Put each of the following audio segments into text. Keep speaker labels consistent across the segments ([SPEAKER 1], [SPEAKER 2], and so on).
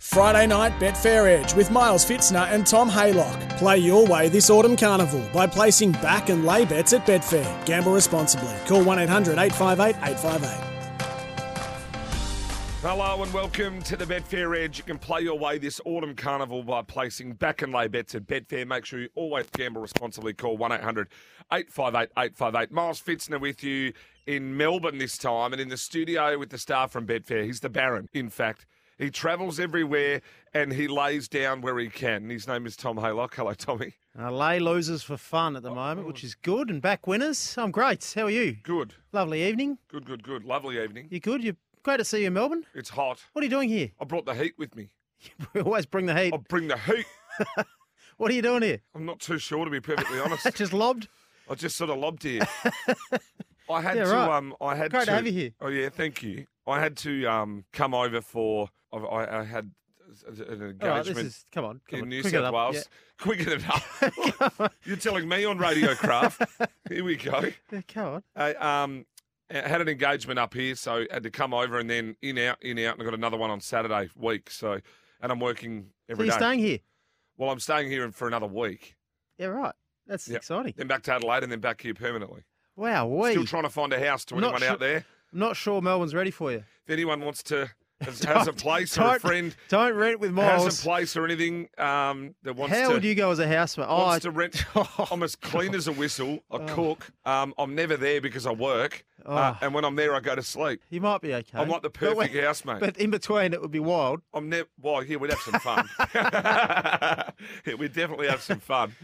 [SPEAKER 1] Friday night Betfair Edge with Miles Fitzner and Tom Haylock. Play your way this autumn carnival by placing back and lay bets at Betfair. Gamble responsibly. Call 1 800 858 858.
[SPEAKER 2] Hello and welcome to the Betfair Edge. You can play your way this autumn carnival by placing back and lay bets at Betfair. Make sure you always gamble responsibly. Call 1800 858 858. Miles Fitzner with you in Melbourne this time and in the studio with the star from Betfair. He's the Baron, in fact. He travels everywhere and he lays down where he can. His name is Tom Haylock. Hello, Tommy.
[SPEAKER 3] LA losers for fun at the moment, which is good, and back winners. I'm great. How are you?
[SPEAKER 2] Good,
[SPEAKER 3] Lovely evening.
[SPEAKER 2] good, good, good. Lovely evening.
[SPEAKER 3] You good? You great to see you in Melbourne.
[SPEAKER 2] It's hot.
[SPEAKER 3] What are you doing here?
[SPEAKER 2] I brought the heat with me.
[SPEAKER 3] We always bring the heat.
[SPEAKER 2] I'll bring the heat.
[SPEAKER 3] What are you doing here?
[SPEAKER 2] I'm not too sure, to be perfectly honest.
[SPEAKER 3] Just lobbed.
[SPEAKER 2] I just sort of lobbed here. I had
[SPEAKER 3] Yeah,
[SPEAKER 2] to.
[SPEAKER 3] right.
[SPEAKER 2] Um, I had
[SPEAKER 3] Great
[SPEAKER 2] to,
[SPEAKER 3] to have you here.
[SPEAKER 2] Oh yeah, thank you. I had to um come over for. I, I, I had an engagement
[SPEAKER 3] All right, this is come on. Come
[SPEAKER 2] in
[SPEAKER 3] on.
[SPEAKER 2] New
[SPEAKER 3] quick it
[SPEAKER 2] South
[SPEAKER 3] up.
[SPEAKER 2] Wales. Quicken it up. You're telling me on Radio Craft. here we go.
[SPEAKER 3] Yeah. Yeah, Come on.
[SPEAKER 2] I um I had an engagement up here, so had to come over and then in out in out, and I got another one on Saturday week. So, and I'm working
[SPEAKER 3] So
[SPEAKER 2] every
[SPEAKER 3] you're
[SPEAKER 2] day.
[SPEAKER 3] staying here?
[SPEAKER 2] Well, I'm staying here for another week,
[SPEAKER 3] Yeah, right. That's
[SPEAKER 2] Yeah.
[SPEAKER 3] exciting.
[SPEAKER 2] then back to Adelaide, and then back here permanently.
[SPEAKER 3] Wow, we.
[SPEAKER 2] Still trying to find a house to
[SPEAKER 3] Not
[SPEAKER 2] anyone
[SPEAKER 3] sure-
[SPEAKER 2] out there.
[SPEAKER 3] Not sure Melbourne's ready for you.
[SPEAKER 2] If anyone wants to, has, has a
[SPEAKER 3] Don't-
[SPEAKER 2] place or a
[SPEAKER 3] don't-
[SPEAKER 2] friend,
[SPEAKER 3] Don't rent with
[SPEAKER 2] has a
[SPEAKER 3] Miles.
[SPEAKER 2] place or anything um, that wants
[SPEAKER 3] How
[SPEAKER 2] to.
[SPEAKER 3] would you go as a housemate? Oh,
[SPEAKER 2] Wants
[SPEAKER 3] I-
[SPEAKER 2] to rent. I'm as clean as a whistle. I cook. Um, I'm never there because I work, uh,
[SPEAKER 3] Oh.
[SPEAKER 2] and when I'm there, I go to sleep.
[SPEAKER 3] you might be okay.
[SPEAKER 2] I'm like the
[SPEAKER 3] But when-
[SPEAKER 2] perfect housemate.
[SPEAKER 3] But in between, it would be wild.
[SPEAKER 2] I'm never. Well, yeah, we'd have some fun. yeah, we'd definitely have some fun. Um,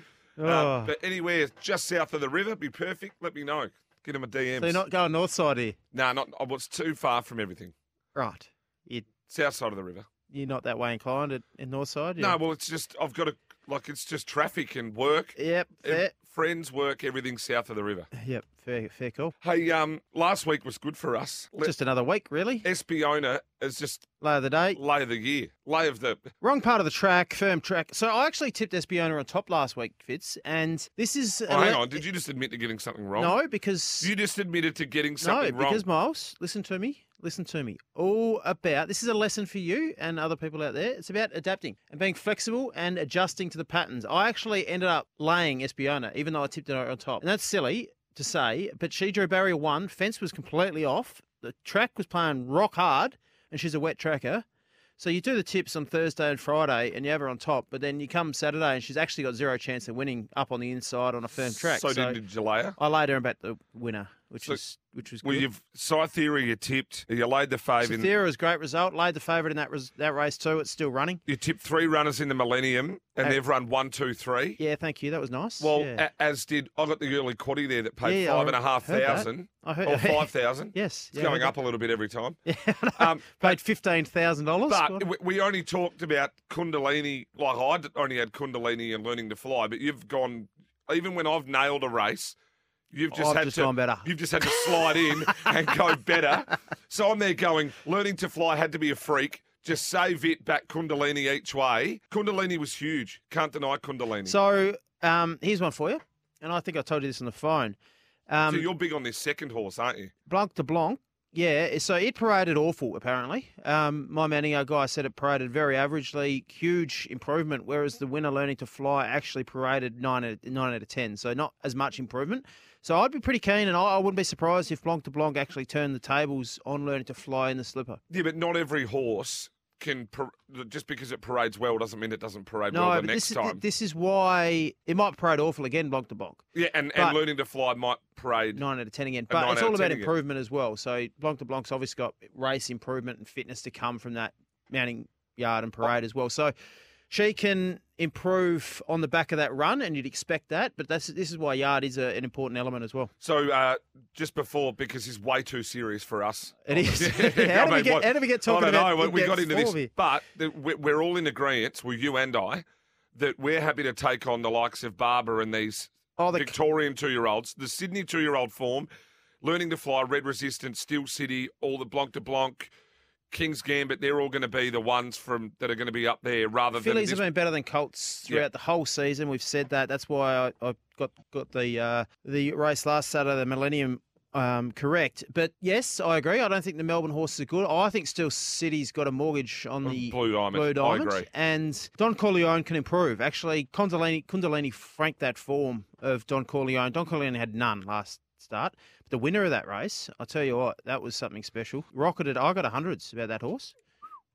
[SPEAKER 3] Oh.
[SPEAKER 2] but anywhere just south of the river, be perfect. Let me know. Get him a DM.
[SPEAKER 3] So you're not going north side here.
[SPEAKER 2] No, not. I was too far from everything.
[SPEAKER 3] Right. You,
[SPEAKER 2] South side of the river.
[SPEAKER 3] you're not that way inclined at, in north side?
[SPEAKER 2] No, well, it's just I've got to like it's just traffic and work.
[SPEAKER 3] Yep,
[SPEAKER 2] Ev-
[SPEAKER 3] fair.
[SPEAKER 2] Friends work everything south of the river.
[SPEAKER 3] Yep, fair, fair call.
[SPEAKER 2] Hey, um, last week was good for us. Let,
[SPEAKER 3] Just another week, really.
[SPEAKER 2] Espiona is just
[SPEAKER 3] Lay of the day.
[SPEAKER 2] lay of the year, lay of the.
[SPEAKER 3] Wrong part of the track, firm track. So I actually tipped Espiona on top last week, Fitz, and this is.
[SPEAKER 2] Oh, hang on, did you just admit to getting something wrong?
[SPEAKER 3] No, because.
[SPEAKER 2] you just admitted to getting
[SPEAKER 3] no,
[SPEAKER 2] something wrong.
[SPEAKER 3] because Miles, listen to me. Listen to me. All about this is a lesson for you and other people out there. It's about adapting and being flexible and adjusting to the patterns. I actually ended up laying Espiona, even though I tipped her on top. And that's silly to say, but she drew barrier one, fence was completely off, the track was playing rock hard, and she's a wet tracker. So you do the tips on Thursday and Friday and you have her on top, but then you come Saturday and she's actually got zero chance of winning up on the inside on a firm track.
[SPEAKER 2] So, did did you lay her?
[SPEAKER 3] I laid her about the winner, which
[SPEAKER 2] So-
[SPEAKER 3] was which was good.
[SPEAKER 2] Well, you've so theory. You tipped. You laid the fave in.
[SPEAKER 3] Sathira was a great result. Laid the favourite in that res- that race too. It's still running.
[SPEAKER 2] You tipped three runners in the Millennium, and
[SPEAKER 3] Uh,
[SPEAKER 2] they've run one, two, three.
[SPEAKER 3] Yeah, thank you. That was nice.
[SPEAKER 2] Well,
[SPEAKER 3] yeah.
[SPEAKER 2] a- as did I got the early quaddy there that paid
[SPEAKER 3] Yeah, I
[SPEAKER 2] five and a half
[SPEAKER 3] heard that.
[SPEAKER 2] thousand
[SPEAKER 3] I heard-
[SPEAKER 2] or five thousand.
[SPEAKER 3] yes,
[SPEAKER 2] it's
[SPEAKER 3] yeah, I
[SPEAKER 2] going
[SPEAKER 3] heard
[SPEAKER 2] up a little bit every time.
[SPEAKER 3] that.
[SPEAKER 2] Um,
[SPEAKER 3] paid fifteen thousand dollars.
[SPEAKER 2] But we- we only talked about Kundalini. Like I d- only had Kundalini and learning to fly, but you've gone. Even when I've nailed a race, you've just
[SPEAKER 3] I've
[SPEAKER 2] had
[SPEAKER 3] just
[SPEAKER 2] to.
[SPEAKER 3] gone better.
[SPEAKER 2] You've just had to slide in and go better. So I'm there going. Learning to fly had to be a freak. Just save it back Kundalini each way. Kundalini was huge. Can't deny Kundalini. So,
[SPEAKER 3] so um, here's one for you, and I think I told you this on the phone. Um,
[SPEAKER 2] you're big on this second horse, aren't you?
[SPEAKER 3] Blanc de Blanc. Yeah, so it paraded awful, apparently. Um, my Manningo guy said it paraded very averagely, huge improvement, whereas the winner learning to fly actually paraded 9 out, 9 out of 10, so not as much improvement. So I'd be pretty keen, and I, I wouldn't be surprised if Blanc de Blanc actually turned the tables on learning to fly in the slipper.
[SPEAKER 2] Yeah, but not every horse can par- just because it parades well doesn't mean it doesn't parade
[SPEAKER 3] No,
[SPEAKER 2] well
[SPEAKER 3] but
[SPEAKER 2] the next
[SPEAKER 3] this, is-
[SPEAKER 2] time.
[SPEAKER 3] this is why it might parade awful again, Blanc de Blanc.
[SPEAKER 2] yeah, and,
[SPEAKER 3] but-
[SPEAKER 2] and learning to fly might parade.
[SPEAKER 3] nine out of ten again.
[SPEAKER 2] nine
[SPEAKER 3] But it's
[SPEAKER 2] out of
[SPEAKER 3] all
[SPEAKER 2] 10
[SPEAKER 3] about
[SPEAKER 2] again.
[SPEAKER 3] improvement as well. So Blanc de Blanc's obviously got race improvement and fitness to come from that mounting yard and parade as well. So she can improve on the back of that run, and you'd expect that. But that's this is why yard is a, an important element as well.
[SPEAKER 2] So uh, just before, because he's way too serious for us.
[SPEAKER 3] It is.
[SPEAKER 2] I
[SPEAKER 3] how, do we
[SPEAKER 2] mean,
[SPEAKER 3] get,
[SPEAKER 2] what-
[SPEAKER 3] how do we get talking
[SPEAKER 2] I don't
[SPEAKER 3] about
[SPEAKER 2] know. We we got
[SPEAKER 3] in-depth
[SPEAKER 2] into this,
[SPEAKER 3] form here?
[SPEAKER 2] but th- we- we're all in agreement. Well, you and I, that we're happy to take on the likes of Barber and these
[SPEAKER 3] Oh, the
[SPEAKER 2] Victorian two-year-olds, the Sydney two-year-old form, learning to fly, Red Resistance, Steel City, all the Blanc de Blanc, King's Gambit. They're all going to be the ones from that are going to be up there rather
[SPEAKER 3] Phillies
[SPEAKER 2] than.
[SPEAKER 3] have
[SPEAKER 2] This,
[SPEAKER 3] been better than Colts
[SPEAKER 2] Yeah.
[SPEAKER 3] throughout the whole season. We've said that. That's why I, I got got the uh, the race last Saturday, the Millennium um, correct. But yes, I agree. I don't think the Melbourne horses are good. I think still City's got a mortgage on
[SPEAKER 2] On
[SPEAKER 3] the
[SPEAKER 2] Blue Diamond.
[SPEAKER 3] Blue
[SPEAKER 2] Oh,
[SPEAKER 3] Diamond.
[SPEAKER 2] I agree.
[SPEAKER 3] And Don Corleone can improve. Actually, Kundalini, Kundalini franked that form of Don Corleone. Don Corleone had none last start. But the winner of that race, I'll tell you what, that was something special. Rocketed. I got hundreds about that horse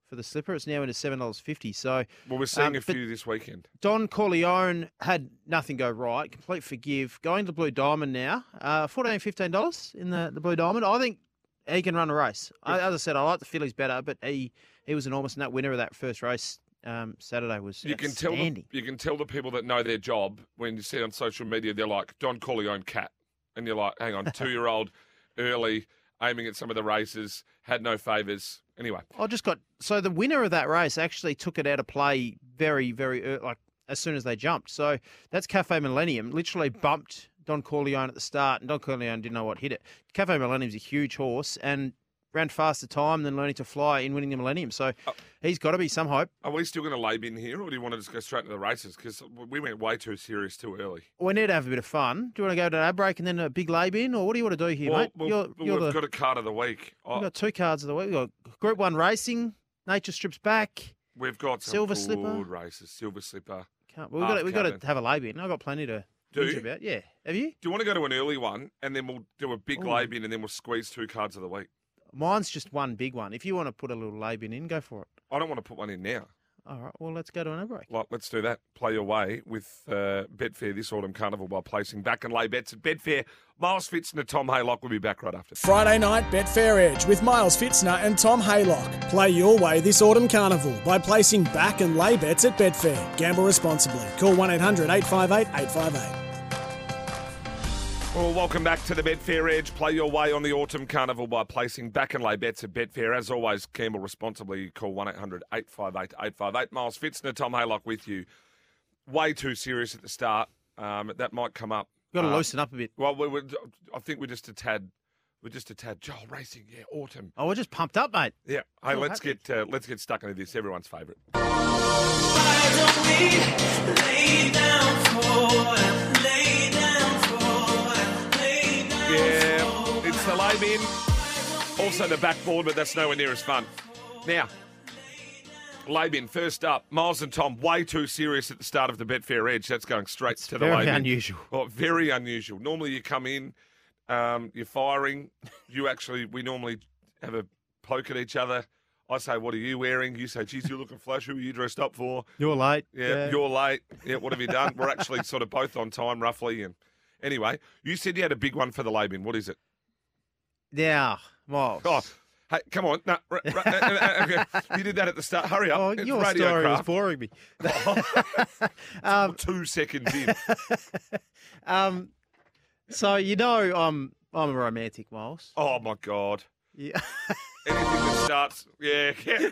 [SPEAKER 3] for the slipper. It's now into $7.50. So
[SPEAKER 2] Well, we're seeing
[SPEAKER 3] Um,
[SPEAKER 2] a
[SPEAKER 3] but-
[SPEAKER 2] few this weekend.
[SPEAKER 3] Don Corleone had nothing go right. Complete forgive. Going to Blue Diamond now. Uh, $14, $15 in the, the Blue Diamond. I think he can run a race. I, as I said, I like the fillies better, but he, he was enormous. And that winner of that first race um, Saturday was
[SPEAKER 2] You can tell the,
[SPEAKER 3] outstanding.
[SPEAKER 2] you can tell the people that know their job when you see on social media they're like Don Corleone cat, and you're like, hang on, two year old, early, aiming at some of the races, had no favours. Anyway,
[SPEAKER 3] I just got. So the winner of that race actually took it out of play very, very early, like as soon as they jumped. So that's Cafe Millennium. Literally bumped Don Corleone at the start, and Don Corleone didn't know what hit it. Cafe Millennium's a huge horse and ran faster time than learning to fly in winning the Millennium. So
[SPEAKER 2] Oh.
[SPEAKER 3] he's got to be some hope.
[SPEAKER 2] are we still going to lab in here, or do you want to just go straight to the races? Because we went way too serious too early.
[SPEAKER 3] We need to have a bit of fun. Do you want to go to an ad break and then a big lay in, or what do you want to do here, mate?
[SPEAKER 2] well,
[SPEAKER 3] you're,
[SPEAKER 2] well,
[SPEAKER 3] you're
[SPEAKER 2] we've
[SPEAKER 3] the,
[SPEAKER 2] got a card of the week. Oh,
[SPEAKER 3] we've got two cards of the week. We've got Group One Racing, Nature Strips back.
[SPEAKER 2] we've got some
[SPEAKER 3] Silver
[SPEAKER 2] good
[SPEAKER 3] Slipper.
[SPEAKER 2] races. Silver Slipper.
[SPEAKER 3] Can't, well, we've got,
[SPEAKER 2] Half
[SPEAKER 3] to, we've got
[SPEAKER 2] cabin.
[SPEAKER 3] to have a lay in. I've got plenty to
[SPEAKER 2] Do
[SPEAKER 3] Ninja
[SPEAKER 2] you?
[SPEAKER 3] about, Yeah. Have you?
[SPEAKER 2] Do you want to go to an early one, and then we'll do a big
[SPEAKER 3] Ooh.
[SPEAKER 2] lab in, and then we'll squeeze two cards of the week?
[SPEAKER 3] Mine's just one big one. If you want to put a little labin in, go for it.
[SPEAKER 2] I don't want to put one in now.
[SPEAKER 3] All right. Well, let's go to an ad break.
[SPEAKER 2] Like, let's do that. Play your way with uh, Betfair this autumn carnival by placing back and lay bets at Betfair. Miles Fitzner, Tom Haylock will be back right after.
[SPEAKER 1] Friday night Betfair Edge with Miles Fitzner and Tom Haylock. Play your way this autumn carnival by placing back and lay bets at Betfair. Gamble responsibly. Call 1 800 858 858.
[SPEAKER 2] Well, welcome back to the Betfair Edge. Play your way on the autumn carnival by placing back and lay bets at Betfair. As always, gamble responsibly. Call 1 800 858 858. Miles Fitzner, Tom Haylock with you. Way too serious at the start. Um, that might come up.
[SPEAKER 3] Got to
[SPEAKER 2] Uh,
[SPEAKER 3] loosen up a bit.
[SPEAKER 2] Well, we, we, I think we're just a tad. We're just a tad. Joel Racing, yeah, autumn.
[SPEAKER 3] Oh, we're just pumped up, mate.
[SPEAKER 2] Yeah. Hey,
[SPEAKER 3] Oh,
[SPEAKER 2] let's
[SPEAKER 3] happy.
[SPEAKER 2] get uh, let's get stuck into this. Everyone's favourite. Yeah, it's the lay bin. Also the backboard, but that's nowhere near as fun. Now, lay bin. First up, Miles and Tom. Way too serious at the start of the Betfair Edge. That's going straight to the lay
[SPEAKER 3] Very
[SPEAKER 2] bin.
[SPEAKER 3] unusual.
[SPEAKER 2] Well, very unusual. Normally, you come in, um, you're firing. You actually, we normally have a poke at each other. I say, "What are you wearing?" You say, "Geez, you're looking flash. Who are you dressed up for?"
[SPEAKER 3] You're late.
[SPEAKER 2] Yeah, you're late. Yeah, what have you done? We're actually sort of both on time, roughly. And anyway, you said you had a big one for the Labin. What is it?
[SPEAKER 3] Yeah. Miles.
[SPEAKER 2] Oh, hey, come on! No, r- r- uh, uh, uh, okay. you did that at the start. Hurry up!
[SPEAKER 3] Oh,
[SPEAKER 2] It's
[SPEAKER 3] your
[SPEAKER 2] Radio
[SPEAKER 3] story was
[SPEAKER 2] Craft.
[SPEAKER 3] boring me. um,
[SPEAKER 2] Two seconds in.
[SPEAKER 3] um, so you know I'm I'm a romantic, Miles.
[SPEAKER 2] Oh my god.
[SPEAKER 3] Yeah.
[SPEAKER 2] Anything that starts, yeah, yeah.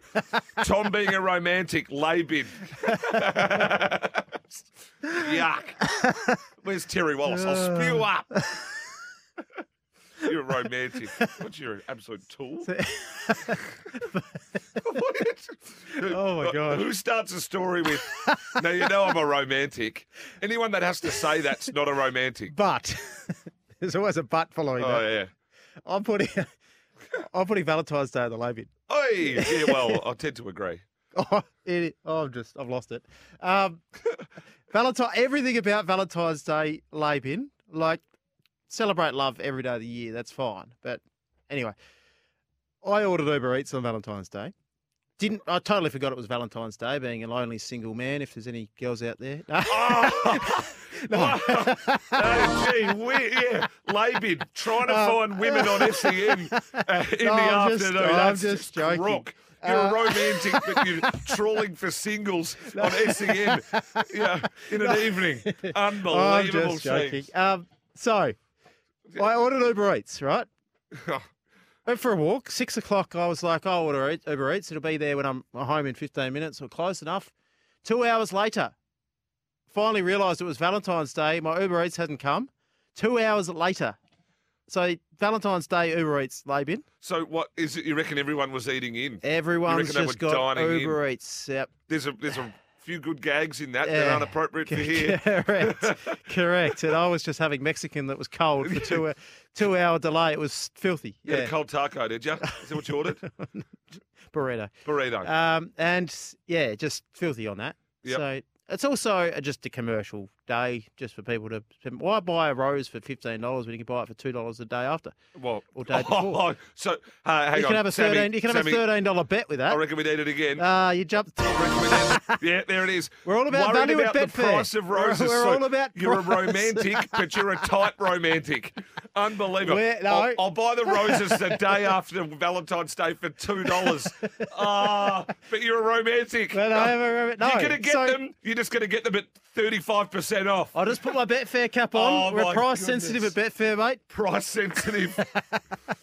[SPEAKER 2] Tom being a romantic labid. Yuck. Where's Terry Wallace? I'll spew
[SPEAKER 3] Uh.
[SPEAKER 2] up. You're a romantic. What, you're an absolute tool? What is-
[SPEAKER 3] Oh, my God.
[SPEAKER 2] Who starts a story with, now you know I'm a romantic? Anyone that has to say that's not a romantic.
[SPEAKER 3] but there's always a but following
[SPEAKER 2] Oh,
[SPEAKER 3] that.
[SPEAKER 2] yeah.
[SPEAKER 3] I'm putting I'm putting Valentine's Day at the labin.
[SPEAKER 2] Oi! Yeah, well, I tend to agree.
[SPEAKER 3] Oh, it, oh, I've just, I've lost it. Um, Valentine, everything about Valentine's Day, Labin, like celebrate love every day of the year. That's fine. But anyway, I ordered Uber Eats on Valentine's Day. Didn't I totally forgot it was Valentine's Day? Being a lonely single man, if there's any girls out there, no.
[SPEAKER 2] Oh!
[SPEAKER 3] No.
[SPEAKER 2] Oh, gee, we, yeah, Labin trying to
[SPEAKER 3] Um,
[SPEAKER 2] find women on SEN uh, in
[SPEAKER 3] No,
[SPEAKER 2] the
[SPEAKER 3] I'm just-
[SPEAKER 2] afternoon.
[SPEAKER 3] I'm
[SPEAKER 2] That's
[SPEAKER 3] just joking.
[SPEAKER 2] crook. You're a
[SPEAKER 3] Uh,
[SPEAKER 2] romantic, but you're trawling for singles on SEN you know, in an evening. Unbelievable
[SPEAKER 3] I'm just joking.
[SPEAKER 2] scenes.
[SPEAKER 3] Um, so I ordered Uber Eats, right? Went for a walk. Six o'clock. I was like, I'll order Eats- Uber Eats. It'll be there when I'm home in 15 minutes or close enough. Two hours later, finally realised it was Valentine's Day. My Uber Eats hadn't come. Two hours later. So Valentine's Day Uber Eats labin.
[SPEAKER 2] So, what is it you reckon everyone was eating in?
[SPEAKER 3] Everyone's
[SPEAKER 2] they were
[SPEAKER 3] just got
[SPEAKER 2] dining in?
[SPEAKER 3] Uber Eats. Yep.
[SPEAKER 2] There's a, there's a few good gags in that that
[SPEAKER 3] Yeah.
[SPEAKER 2] aren't appropriate for here.
[SPEAKER 3] Correct. Correct. And I was just having Mexican that was cold for two uh, two hour delay. It was filthy.
[SPEAKER 2] You had
[SPEAKER 3] Yeah.
[SPEAKER 2] a cold taco, did you? Is that what you ordered?
[SPEAKER 3] Burrito.
[SPEAKER 2] Burrito.
[SPEAKER 3] Um, and yeah, just filthy on that.
[SPEAKER 2] Yep.
[SPEAKER 3] So it's also a, just a commercial day, just for people to. spend- Why buy a rose for fifteen dollars when you can buy it for two dollars the day after?
[SPEAKER 2] well, oh,
[SPEAKER 3] or day before.
[SPEAKER 2] so uh, hang
[SPEAKER 3] you
[SPEAKER 2] on.
[SPEAKER 3] can have a
[SPEAKER 2] Sammy,
[SPEAKER 3] thirteen. you can
[SPEAKER 2] Sammy,
[SPEAKER 3] have a thirteen dollar bet with
[SPEAKER 2] I
[SPEAKER 3] that.
[SPEAKER 2] reckon we need it again.
[SPEAKER 3] Ah, you jumped.
[SPEAKER 2] yeah, there it is.
[SPEAKER 3] We're all about
[SPEAKER 2] Worried
[SPEAKER 3] value
[SPEAKER 2] about
[SPEAKER 3] at
[SPEAKER 2] the
[SPEAKER 3] Betfair.
[SPEAKER 2] price of
[SPEAKER 3] We're-
[SPEAKER 2] roses.
[SPEAKER 3] we're
[SPEAKER 2] so
[SPEAKER 3] all about
[SPEAKER 2] You're a
[SPEAKER 3] price.
[SPEAKER 2] romantic, but you're a tight romantic. Unbelievable.
[SPEAKER 3] We're- no.
[SPEAKER 2] I'll, I'll buy the roses the day after Valentine's Day for two dollars. Ah, but you're a romantic.
[SPEAKER 3] No, no,
[SPEAKER 2] Ah,
[SPEAKER 3] no, no,
[SPEAKER 2] you're gonna get
[SPEAKER 3] so-
[SPEAKER 2] them. You're just gonna get them at thirty-five percent off.
[SPEAKER 3] I'll just put my Betfair cap on.
[SPEAKER 2] Oh,
[SPEAKER 3] We're
[SPEAKER 2] my
[SPEAKER 3] price sensitive at Betfair, mate.
[SPEAKER 2] Price sensitive.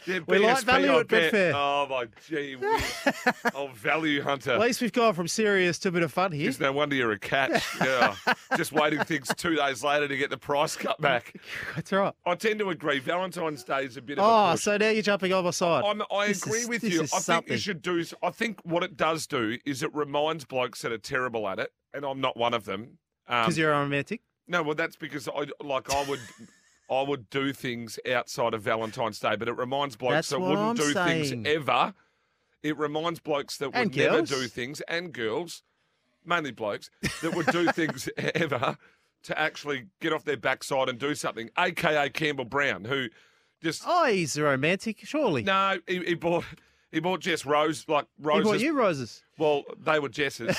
[SPEAKER 2] Yeah,
[SPEAKER 3] We like
[SPEAKER 2] BSB,
[SPEAKER 3] value
[SPEAKER 2] I
[SPEAKER 3] at
[SPEAKER 2] bet.
[SPEAKER 3] Betfair.
[SPEAKER 2] Oh my gee, whiz. oh value hunter.
[SPEAKER 3] At least we've gone from serious to a bit of fun here.
[SPEAKER 2] It's no wonder you're a cat. Yeah. Just waiting things two days later to get the price cut back.
[SPEAKER 3] That's right.
[SPEAKER 2] I tend to agree. Valentine's Day is a bit of a
[SPEAKER 3] Oh,
[SPEAKER 2] push.
[SPEAKER 3] so now you're jumping on my side.
[SPEAKER 2] I'm, um, I
[SPEAKER 3] this
[SPEAKER 2] agree
[SPEAKER 3] is-
[SPEAKER 2] with
[SPEAKER 3] this
[SPEAKER 2] you. I
[SPEAKER 3] is
[SPEAKER 2] think you
[SPEAKER 3] something.
[SPEAKER 2] should do. I think what it does do is it reminds blokes that are terrible at it, and I'm not one of them. Um,
[SPEAKER 3] Because you're a romantic.
[SPEAKER 2] no, well, that's because I like I would. I would do things outside of Valentine's Day, but it reminds blokes
[SPEAKER 3] That's
[SPEAKER 2] that
[SPEAKER 3] what
[SPEAKER 2] wouldn't
[SPEAKER 3] I'm
[SPEAKER 2] do
[SPEAKER 3] saying.
[SPEAKER 2] things ever. It reminds blokes that
[SPEAKER 3] And
[SPEAKER 2] would never
[SPEAKER 3] girls.
[SPEAKER 2] do things, and girls, mainly blokes, that would do things e-, ever to actually get off their backside and do something, aka Campbell Brown, who just
[SPEAKER 3] Oh, he's a romantic, surely.
[SPEAKER 2] no, he, he bought he bought Jess Rose like
[SPEAKER 3] he
[SPEAKER 2] roses.
[SPEAKER 3] bought you roses.
[SPEAKER 2] Well, they were Jess's,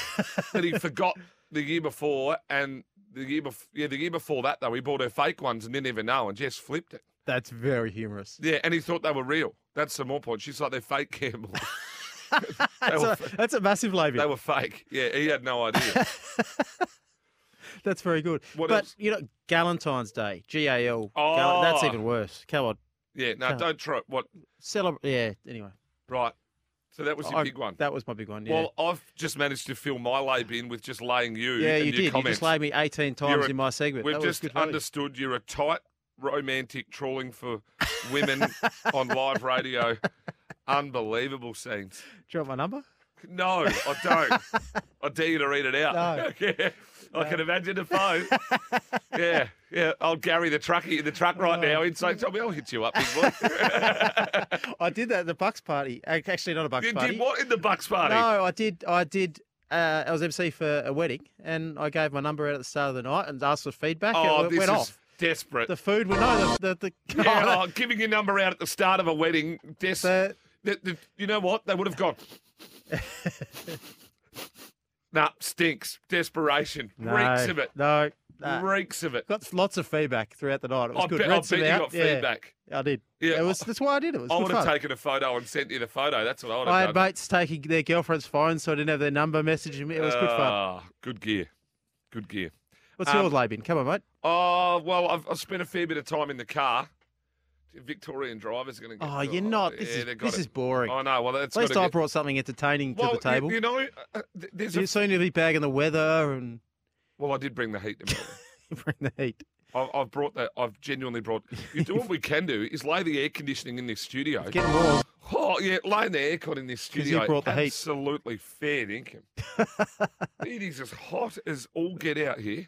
[SPEAKER 2] but he forgot the year before and the year before. Yeah, the year before that though, he bought her fake ones and didn't even know, and Jess flipped it.
[SPEAKER 3] That's very humorous.
[SPEAKER 2] Yeah, and he thought they were real. That's the more point. She's like they're fake, Campbell.
[SPEAKER 3] That's
[SPEAKER 2] were
[SPEAKER 3] a, that's a massive
[SPEAKER 2] they
[SPEAKER 3] label.
[SPEAKER 2] were fake. Yeah, he had no idea.
[SPEAKER 3] That's very good.
[SPEAKER 2] What
[SPEAKER 3] but
[SPEAKER 2] else?
[SPEAKER 3] you know, Galentine's Day, G A L.
[SPEAKER 2] Oh.
[SPEAKER 3] that's even worse. Come on,
[SPEAKER 2] Yeah, no,
[SPEAKER 3] Can't.
[SPEAKER 2] don't try. What?
[SPEAKER 3] celebrate. Yeah. Anyway,
[SPEAKER 2] Right. So that was your
[SPEAKER 3] I-
[SPEAKER 2] big one.
[SPEAKER 3] That was my big one. Yeah.
[SPEAKER 2] Well, I've just managed to fill my lab in with just laying you.
[SPEAKER 3] yeah,
[SPEAKER 2] and
[SPEAKER 3] you
[SPEAKER 2] your
[SPEAKER 3] did. You
[SPEAKER 2] Comments.
[SPEAKER 3] just laid me eighteen times
[SPEAKER 2] a-
[SPEAKER 3] in my segment.
[SPEAKER 2] We've
[SPEAKER 3] That was
[SPEAKER 2] just
[SPEAKER 3] good value.
[SPEAKER 2] understood you're a tight romantic trawling for women on live radio. Unbelievable scenes.
[SPEAKER 3] Do you want my number?
[SPEAKER 2] No, I don't. I dare you to read it out.
[SPEAKER 3] No.
[SPEAKER 2] yeah, I can imagine the phone. yeah, yeah. Old Gary the truckie in the truck right now. He'd say, Tommy, I'll hit you up, big boy.
[SPEAKER 3] I did that at the Bucks party. Ac- Actually, not a Bucks
[SPEAKER 2] you
[SPEAKER 3] party.
[SPEAKER 2] did what in the Bucks party?
[SPEAKER 3] No, I did. I did. Uh, I was MC for a wedding, and I gave my number out at the start of the night and asked for feedback.
[SPEAKER 2] oh,
[SPEAKER 3] and it
[SPEAKER 2] this
[SPEAKER 3] went
[SPEAKER 2] is
[SPEAKER 3] off.
[SPEAKER 2] desperate.
[SPEAKER 3] The food were no. The the, the,
[SPEAKER 2] yeah, oh, giving your number out at the start of a wedding. Des-
[SPEAKER 3] the
[SPEAKER 2] Th- th- you know what? They would have gone. nah, stinks. Desperation.
[SPEAKER 3] no,
[SPEAKER 2] Reeks of it.
[SPEAKER 3] No, nah.
[SPEAKER 2] Reeks of it.
[SPEAKER 3] got lots of feedback throughout the night. It was
[SPEAKER 2] I
[SPEAKER 3] good.
[SPEAKER 2] bet, I
[SPEAKER 3] Read
[SPEAKER 2] bet
[SPEAKER 3] some
[SPEAKER 2] you
[SPEAKER 3] out.
[SPEAKER 2] got
[SPEAKER 3] yeah,
[SPEAKER 2] feedback.
[SPEAKER 3] I did.
[SPEAKER 2] Yeah,
[SPEAKER 3] it was. That's why I did it. it was
[SPEAKER 2] I
[SPEAKER 3] good
[SPEAKER 2] would have
[SPEAKER 3] fun.
[SPEAKER 2] taken a photo and sent you the photo. That's what I would
[SPEAKER 3] I had
[SPEAKER 2] have done.
[SPEAKER 3] mates taking their girlfriend's phones, so I didn't have their number messaging me. It was good fun.
[SPEAKER 2] Ah, good gear. Good gear.
[SPEAKER 3] What's
[SPEAKER 2] um,
[SPEAKER 3] your Labin? Come on, mate.
[SPEAKER 2] Oh, well, I've, I've spent a fair bit of time in the car. Victorian drivers are going to get
[SPEAKER 3] Oh, you're not. This
[SPEAKER 2] yeah,
[SPEAKER 3] is
[SPEAKER 2] they got
[SPEAKER 3] this
[SPEAKER 2] it.
[SPEAKER 3] is boring.
[SPEAKER 2] I know. Well, that's
[SPEAKER 3] At least
[SPEAKER 2] gotta
[SPEAKER 3] I
[SPEAKER 2] get-
[SPEAKER 3] brought something entertaining
[SPEAKER 2] well,
[SPEAKER 3] to the
[SPEAKER 2] you-
[SPEAKER 3] table.
[SPEAKER 2] You, know, uh, th- there's a,
[SPEAKER 3] You seem to be bagging the weather and
[SPEAKER 2] well, I did bring the heat to me.
[SPEAKER 3] bring the heat.
[SPEAKER 2] I've, I've brought that. I've genuinely brought. You do what we can do is lay the air conditioning in this studio.
[SPEAKER 3] It's getting warm.
[SPEAKER 2] oh yeah, laying the aircon in this
[SPEAKER 3] 'Cause you
[SPEAKER 2] studio.
[SPEAKER 3] brought the heat.
[SPEAKER 2] absolutely fair dinkum. it is as hot as all get out here.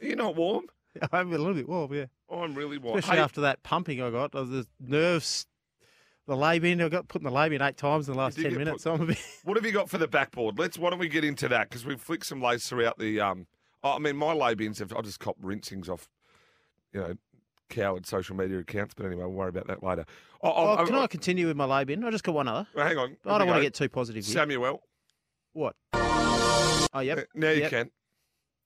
[SPEAKER 2] You're not warm.
[SPEAKER 3] I'm a little bit warm, yeah.
[SPEAKER 2] I'm really warm.
[SPEAKER 3] Especially
[SPEAKER 2] Hey,
[SPEAKER 3] after that pumping I got, of the nerves, the labin. I got put in the labin eight times in the last
[SPEAKER 2] did
[SPEAKER 3] ten
[SPEAKER 2] get
[SPEAKER 3] minutes.
[SPEAKER 2] put-
[SPEAKER 3] so I'm a bit.
[SPEAKER 2] what have you got for the backboard? Let's. Why don't we get into that? Because we've flicked some lace throughout the. Um. oh, I mean, my lay bins have. I just cop rinsings off. You know. Coward social media accounts, but anyway, we'll worry about that later. Oh, oh,
[SPEAKER 3] Oh,
[SPEAKER 2] oh,
[SPEAKER 3] can I continue with my labin? I just got one other.
[SPEAKER 2] oh, hang on.
[SPEAKER 3] I
[SPEAKER 2] Here we
[SPEAKER 3] don't want
[SPEAKER 2] go.
[SPEAKER 3] to get too positive here.
[SPEAKER 2] Samuel.
[SPEAKER 3] What? Oh, yep.
[SPEAKER 2] Uh, Now you
[SPEAKER 3] Yep.
[SPEAKER 2] can.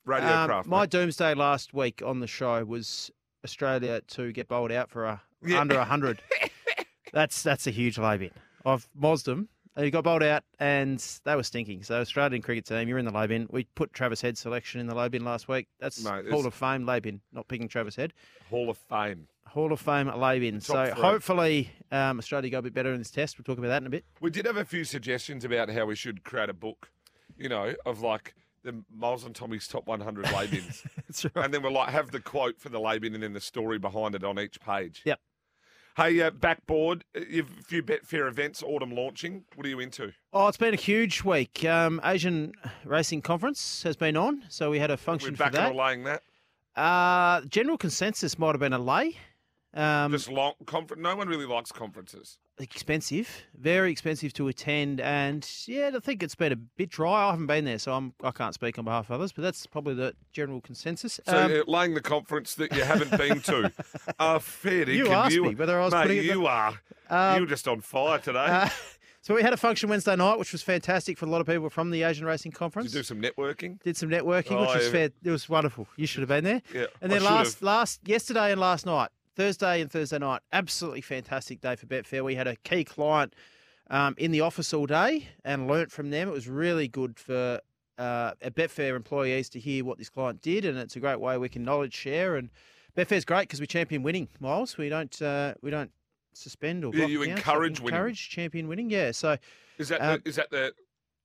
[SPEAKER 2] Radio
[SPEAKER 3] Um,
[SPEAKER 2] Craft.
[SPEAKER 3] my
[SPEAKER 2] mate.
[SPEAKER 3] doomsday last week on the show was Australia to get bowled out for a
[SPEAKER 2] Yeah.
[SPEAKER 3] under hundred. that's that's a huge labin. I've mozzed them. They got bowled out and they were stinking. So Australian cricket team, you're in the low bin. We put Travis Head selection in the low bin last week. That's
[SPEAKER 2] Mate, it's-
[SPEAKER 3] Hall of Fame low bin, not picking Travis Head.
[SPEAKER 2] Hall of Fame.
[SPEAKER 3] Hall of Fame low bin. So
[SPEAKER 2] three.
[SPEAKER 3] hopefully um, Australia go a bit better in this test. We'll talk about that in a bit.
[SPEAKER 2] We did have a few suggestions about how we should create a book, you know, of like the Miles and Tommy's top 100 labins.
[SPEAKER 3] That's right.
[SPEAKER 2] and then we'll like have the quote for the labin and then the story behind it on each page.
[SPEAKER 3] Yep.
[SPEAKER 2] Hey, uh, backboard, uh, you've a few Betfair events, autumn launching. What are you into?
[SPEAKER 3] Oh, it's been a huge week. Um, Asian Racing Conference has been on, so we had a
[SPEAKER 2] We're
[SPEAKER 3] function for
[SPEAKER 2] back and
[SPEAKER 3] that.
[SPEAKER 2] relaying that.
[SPEAKER 3] Uh, general consensus might have been a lay. Um,
[SPEAKER 2] Just long conference. No one really likes conferences.
[SPEAKER 3] expensive, very expensive to attend, and yeah, I think it's been a bit dry. I haven't been there, so I'm I can't speak on behalf of others, but that's probably the general consensus.
[SPEAKER 2] So
[SPEAKER 3] Um,
[SPEAKER 2] uh, laying the conference that you haven't been to. Uh, fair
[SPEAKER 3] You
[SPEAKER 2] dinkum,
[SPEAKER 3] asked
[SPEAKER 2] you,
[SPEAKER 3] me whether I was
[SPEAKER 2] mate,
[SPEAKER 3] putting it-
[SPEAKER 2] you are. You're just on fire today.
[SPEAKER 3] uh, so we had a function Wednesday night, which was fantastic for a lot of people from the Asian Racing
[SPEAKER 2] Did
[SPEAKER 3] Conference.
[SPEAKER 2] you do some networking?
[SPEAKER 3] Did some networking, which
[SPEAKER 2] Oh,
[SPEAKER 3] was
[SPEAKER 2] yeah.
[SPEAKER 3] fair. It was wonderful. You should have been there.
[SPEAKER 2] Yeah,
[SPEAKER 3] And
[SPEAKER 2] I
[SPEAKER 3] then
[SPEAKER 2] should
[SPEAKER 3] last,
[SPEAKER 2] have.
[SPEAKER 3] last yesterday and last night, Thursday and Thursday night, absolutely fantastic day for Betfair. We had a key client um, in the office all day and learnt from them. It was really good for uh, Betfair employees to hear what this client did, and it's a great way we can knowledge share. And Betfair's great because we champion winning, Miles. We don't, uh, we don't suspend or
[SPEAKER 2] Yeah,
[SPEAKER 3] block
[SPEAKER 2] you
[SPEAKER 3] accounts. We
[SPEAKER 2] encourage winning.
[SPEAKER 3] encourage champion winning. Yeah, so
[SPEAKER 2] Is that
[SPEAKER 3] um, Mm-hmm.
[SPEAKER 2] the, is that the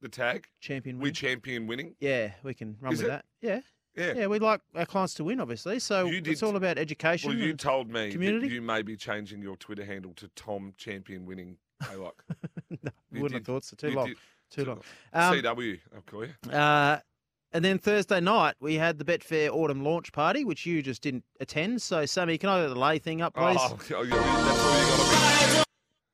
[SPEAKER 2] the tag?
[SPEAKER 3] champion
[SPEAKER 2] We
[SPEAKER 3] winning.
[SPEAKER 2] champion winning.
[SPEAKER 3] yeah, we can run
[SPEAKER 2] Is
[SPEAKER 3] with
[SPEAKER 2] it?
[SPEAKER 3] that. Yeah.
[SPEAKER 2] Yeah.
[SPEAKER 3] Yeah, we like our clients to win, obviously. So
[SPEAKER 2] You
[SPEAKER 3] it's
[SPEAKER 2] did-
[SPEAKER 3] all about education.
[SPEAKER 2] Well, you
[SPEAKER 3] and-
[SPEAKER 2] told me
[SPEAKER 3] community?
[SPEAKER 2] that you may be changing your Twitter handle to Tom Champion Winning Haylock. You
[SPEAKER 3] Wouldn't have
[SPEAKER 2] did-
[SPEAKER 3] thought so. Too
[SPEAKER 2] you
[SPEAKER 3] long.
[SPEAKER 2] did-
[SPEAKER 3] Too long. Um,
[SPEAKER 2] CW, I'll call you.
[SPEAKER 3] uh, and then Thursday night we had the Betfair Autumn launch party, which you just didn't attend. So Sammy, can I get the lay thing up, please?
[SPEAKER 2] Oh, oh, yeah, that's all you got to be.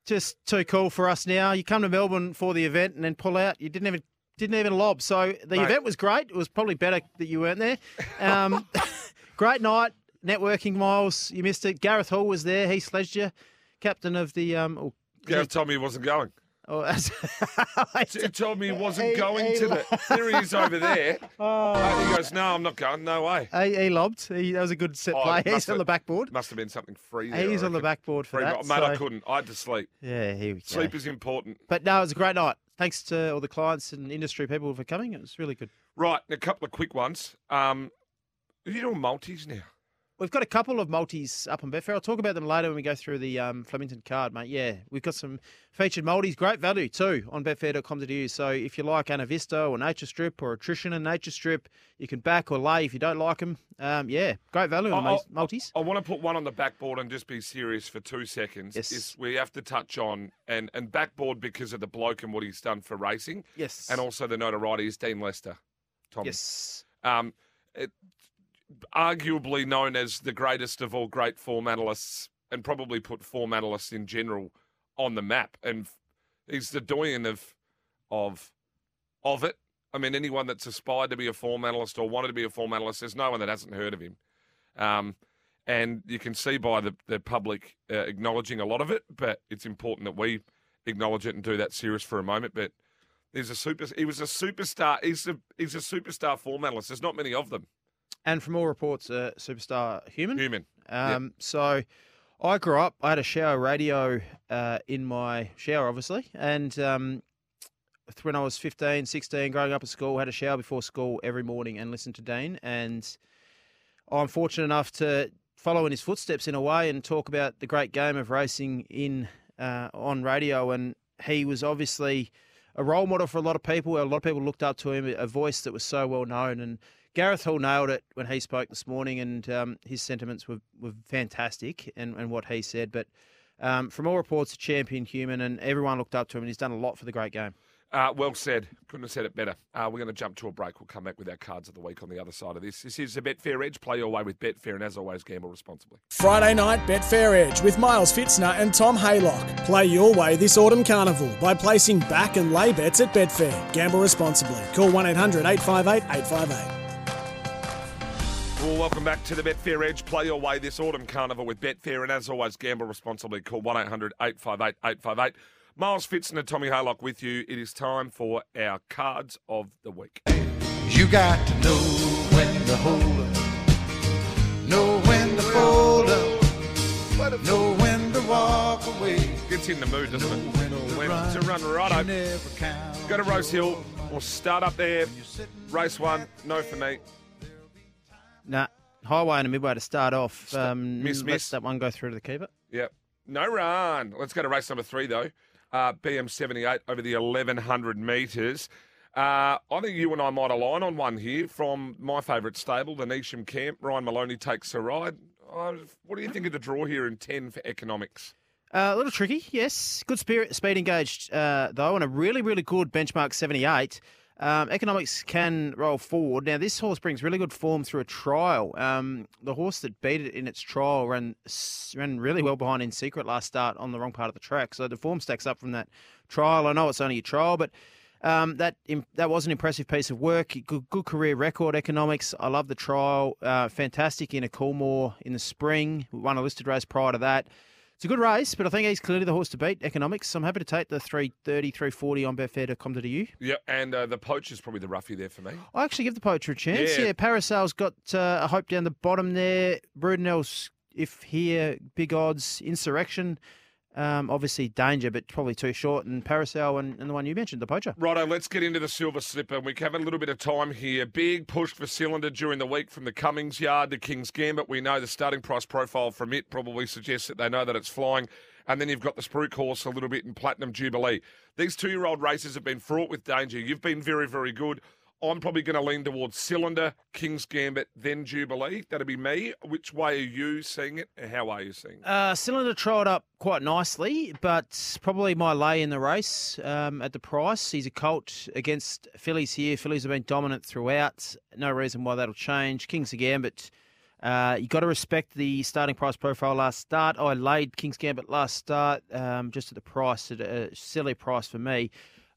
[SPEAKER 3] Just too cool for us now. You come to Melbourne for the event and then pull out. You didn't even didn't even lob. So the
[SPEAKER 2] Mate.
[SPEAKER 3] event was great. It was probably better that you weren't there. Um, great night. Networking miles. You missed it. Gareth Hall was there. He sledged you, captain of the um. oh, Or,
[SPEAKER 2] Gav told me he wasn't going.
[SPEAKER 3] or-
[SPEAKER 2] He told me he
[SPEAKER 3] He-
[SPEAKER 2] wasn't going
[SPEAKER 3] he
[SPEAKER 2] to
[SPEAKER 3] lo-
[SPEAKER 2] the. There he is over there.
[SPEAKER 3] Oh.
[SPEAKER 2] Uh, he goes, No, I'm not going. No way.
[SPEAKER 3] He, he lobbed. He, that was a good set
[SPEAKER 2] Oh,
[SPEAKER 3] play.
[SPEAKER 2] it must
[SPEAKER 3] He's on
[SPEAKER 2] have-
[SPEAKER 3] the backboard.
[SPEAKER 2] Must have been something free. There, I
[SPEAKER 3] He's on the
[SPEAKER 2] reckon.
[SPEAKER 3] backboard for
[SPEAKER 2] Free,
[SPEAKER 3] that.
[SPEAKER 2] mate, I
[SPEAKER 3] so-
[SPEAKER 2] couldn't. I had to sleep.
[SPEAKER 3] Yeah, here we go.
[SPEAKER 2] Sleep is important.
[SPEAKER 3] But no, it was a great night. Thanks to all the clients and industry people for coming. It was really good.
[SPEAKER 2] Right, and a couple of quick ones. Um, are you doing multis now?
[SPEAKER 3] We've got a couple of multis up on Betfair. I'll talk about them later when we go through the um, Flemington card, mate. Yeah, we've got some featured multis. Great value too on betfair.com.au. So if you like Ana Vista or Nature Strip or Attrition and Nature Strip, you can back or lay if you don't like them. Um, yeah, great value on
[SPEAKER 2] Oh,
[SPEAKER 3] those
[SPEAKER 2] oh,
[SPEAKER 3] multis.
[SPEAKER 2] I want to put one on the backboard and just be serious for two seconds.
[SPEAKER 3] Yes.
[SPEAKER 2] Is we have to touch on and and backboard because of the bloke and what he's done for racing,
[SPEAKER 3] Yes.
[SPEAKER 2] and also the notoriety is Dean Lester, Tom.
[SPEAKER 3] Yes.
[SPEAKER 2] Um, it, arguably known as the greatest of all great form analysts, and probably put form analysts in general on the map, and f- he's the doyen of of of it. I mean, anyone that's aspired to be a form analyst or wanted to be a form analyst, there's no one that hasn't heard of him. Um, and you can see by the, the public uh, acknowledging a lot of it, but it's important that we acknowledge it and do that serious for a moment. But he's a super. He was a superstar. He's a he's a superstar form analyst. There's not many of them.
[SPEAKER 3] And from all reports, a superstar human.
[SPEAKER 2] Human.
[SPEAKER 3] Um, So I grew up, I had a shower radio uh, in my shower, obviously. And um, th- when I was 15, 16, growing up at school, had a shower before school every morning and listened to Dean. And I'm fortunate enough to follow in his footsteps in a way and talk about the great game of racing in uh, on radio. And he was obviously a role model for a lot of people. A lot of people looked up to him, a voice that was so well known. And Gareth Hall nailed it when he spoke this morning, and um, his sentiments were, were fantastic and, and what he said. But um, from all reports, a champion human, and everyone looked up to him, and he's done a lot for the great game.
[SPEAKER 2] Uh, well said. Couldn't have said it better. Uh, we're going to jump to a break. We'll come back with our cards of the week on the other side of this. This is the Betfair Edge. Play your way with Betfair, and as always, gamble responsibly.
[SPEAKER 1] Friday night Betfair Edge with Miles Fitzner and Tom Haylock. Play your way this autumn carnival by placing back and lay bets at Betfair. Gamble responsibly. Call 1 800 858 858.
[SPEAKER 2] Well, welcome back to the Betfair Edge. Play your way this autumn carnival with Betfair, and as always, gamble responsibly. Call 1-800-858-858. Miles Fitzner, Tommy Haylock with you. It is time for our cards of the week.
[SPEAKER 4] You got to know when to hold up, know when to fold up, know when to walk away,
[SPEAKER 2] Gets you in the mood,
[SPEAKER 4] know
[SPEAKER 2] doesn't it?
[SPEAKER 4] when to
[SPEAKER 2] When
[SPEAKER 4] run.
[SPEAKER 2] to run right
[SPEAKER 4] You
[SPEAKER 2] over.
[SPEAKER 4] never count
[SPEAKER 2] Go to Rose
[SPEAKER 4] your
[SPEAKER 2] Hill. We'll start up there. Race one, no for me.
[SPEAKER 3] Nah, highway and a midway to start off. Um,
[SPEAKER 2] miss,
[SPEAKER 3] let
[SPEAKER 2] miss.
[SPEAKER 3] that one go through to the keeper.
[SPEAKER 2] Yep. No run. Let's go to race number three, though. Uh, BM78 over the 1100 metres. Uh, I think you and I might align on one here from my favourite stable, the Neesham Camp. Ryan Maloney takes a ride. Uh, what do you think of the draw here in 10 for economics?
[SPEAKER 3] Uh, a little tricky, yes. Good spirit, speed engaged, uh, though, and a really, really good benchmark 78. Um, economics can roll forward. Now, this horse brings really good form through a trial. Um, the horse that beat it in its trial ran s- ran really well behind in secret last start on the wrong part of the track. So the form stacks up from that trial. I know it's only a trial, but um, that im- that was an impressive piece of work. Good, good career record, economics. I love the trial. Uh, fantastic in a Coolmore in the spring. Won a listed race prior to that. It's a good race, but I think he's clearly the horse to beat. Economics. So I'm happy to take the 330, 340 on Betfair.com to you.
[SPEAKER 2] Yep, and uh, the poacher's probably the roughie there for me.
[SPEAKER 3] I actually give the poacher a chance.
[SPEAKER 2] Yeah.
[SPEAKER 3] Yeah, Parasail's got uh, a hope down the bottom there. Brudenell's, if here, big odds. Insurrection, um, obviously danger, but probably too short. And Parasail and, and the one you mentioned, the poacher.
[SPEAKER 2] Righto, let's get into the silver slipper. We have a little bit of time here. Big push for cylinder during the week from the Cummings yard to King's Gambit. We know the starting price profile from it probably suggests that they know that it's flying. And then you've got the Spruik horse a little bit in Platinum Jubilee. These two year old races have been fraught with danger. You've been very, very good. I'm probably going to lean towards Cylinder, King's Gambit, then Jubilee. That'll be me. Which way are you seeing it? How are you seeing it?
[SPEAKER 3] Uh, Cylinder trialled up quite nicely, but probably my lay in the race um, at the price. He's a colt against fillies here. Fillies have been dominant throughout. No reason why that'll change. Kings of Gambit. Uh, you got to respect the starting price profile last start. I laid Kings Gambit last start um, just at the price, at a silly price for me.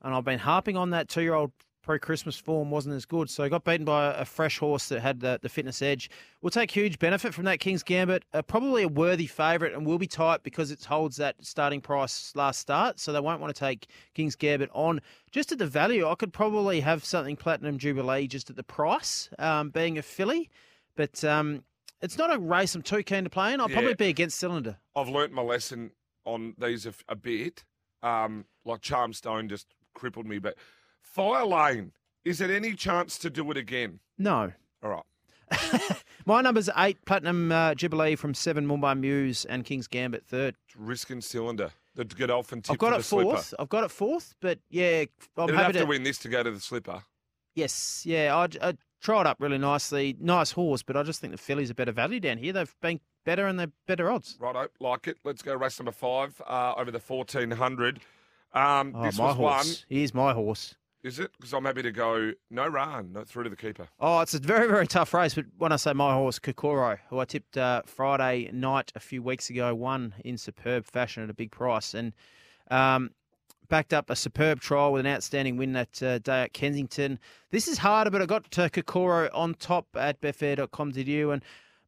[SPEAKER 3] And I've been harping on that two year old pre Christmas form wasn't as good. So I got beaten by a fresh horse that had the, the fitness edge. We'll take huge benefit from that King's Gambit. Uh, probably a worthy favourite and will be tight because it holds that starting price last start. So they won't want to take King's Gambit on. Just at the value, I could probably have something Platinum Jubilee just at the price, um, being a filly. But um, it's not a race I'm too keen to play in. I'll
[SPEAKER 2] Yeah.
[SPEAKER 3] probably be against Cylinder.
[SPEAKER 2] I've learnt my lesson on these a, a bit. Um, like Charmstone just crippled me, but Fire Lane, is it any chance to do it again?
[SPEAKER 3] No.
[SPEAKER 2] All right.
[SPEAKER 3] My number's eight, Platinum uh, Jubilee from seven, Mumbai Muse, and King's Gambit third.
[SPEAKER 2] Risk and cylinder. The Godolphin tip
[SPEAKER 3] I've got
[SPEAKER 2] to
[SPEAKER 3] it
[SPEAKER 2] the slipper.
[SPEAKER 3] fourth. I've got it fourth, but yeah, I'm
[SPEAKER 2] It'd
[SPEAKER 3] happy
[SPEAKER 2] have to
[SPEAKER 3] to.
[SPEAKER 2] win this to go to the slipper.
[SPEAKER 3] Yes, yeah, I, I tried up really nicely. Nice horse, but I just think the fillies are better value down here. They've been better and they're better odds.
[SPEAKER 2] Righto, like it. Let's go race number five uh, over the 1400. Um,
[SPEAKER 3] Oh,
[SPEAKER 2] this
[SPEAKER 3] my
[SPEAKER 2] was
[SPEAKER 3] horse.
[SPEAKER 2] one,
[SPEAKER 3] Here's my horse.
[SPEAKER 2] is it? Because I'm happy to go no run, no through to the keeper.
[SPEAKER 3] Oh, it's a very, very tough race. But when I say my horse, Kokoro, who I tipped uh, Friday night a few weeks ago, won in superb fashion at a big price and um, backed up a superb trial with an outstanding win that uh, day at Kensington. This is harder, but I got uh, Kokoro on top at betfair.com.au and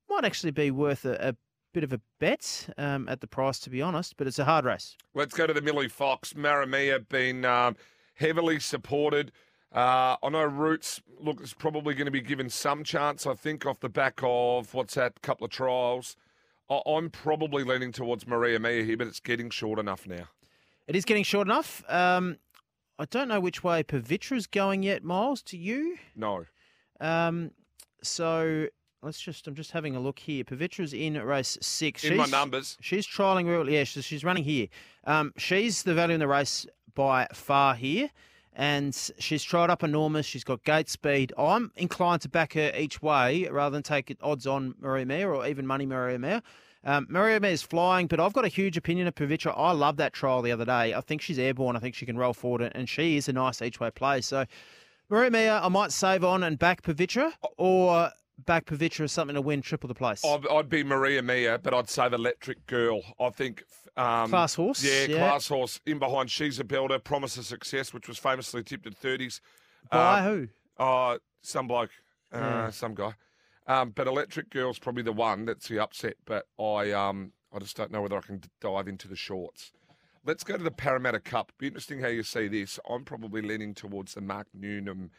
[SPEAKER 3] might actually be worth a, a bit of a bet um, at the price, to be honest. But it's a hard race.
[SPEAKER 2] Let's go to the Millie Fox. Maramia been um, heavily supported. Uh, I know Roots, look, is probably going to be given some chance, I think, off the back of what's that, couple of trials. I- I'm probably leaning towards Maria Mia here, but it's getting short enough now.
[SPEAKER 3] It is getting short enough. Um, I don't know which way Pavitra's going yet, Miles, to you.
[SPEAKER 2] No.
[SPEAKER 3] Um, so let's just, I'm just having a look here. Pavitra's in at race six.
[SPEAKER 2] In my numbers.
[SPEAKER 3] She's trialing real, yeah, she's, she's running here. Um, she's the value in the race by far here. And she's tried up enormous. She's got gate speed. I'm inclined to back her each way rather than take it odds on Maria Mayer or even money Maria Mayer. Um, Maria Mayer is flying, but I've got a huge opinion of Pavitra. I love that trial the other day. I think she's airborne. I think she can roll forward, and she is a nice each way play. So Maria Mia, I might save on and back Pavitra, or back Pavitra is something to win triple the place.
[SPEAKER 2] I'd, I'd be Maria Mia, but I'd save Electric Girl. I think. Um,
[SPEAKER 3] Class horse,
[SPEAKER 2] Yeah,
[SPEAKER 3] yeah.
[SPEAKER 2] class horse. In behind, she's a builder. Promise of success, which was famously tipped at 30s.
[SPEAKER 3] By
[SPEAKER 2] Um,
[SPEAKER 3] who?
[SPEAKER 2] Uh, some bloke, uh,
[SPEAKER 3] Yeah.
[SPEAKER 2] some guy. Um, but Electric Girl's probably the one that's the upset. But I, um, I just don't know whether I can d- dive into the shorts. Let's go to the Parramatta Cup. Be interesting how you see this. I'm probably leaning towards the Mark Newnham,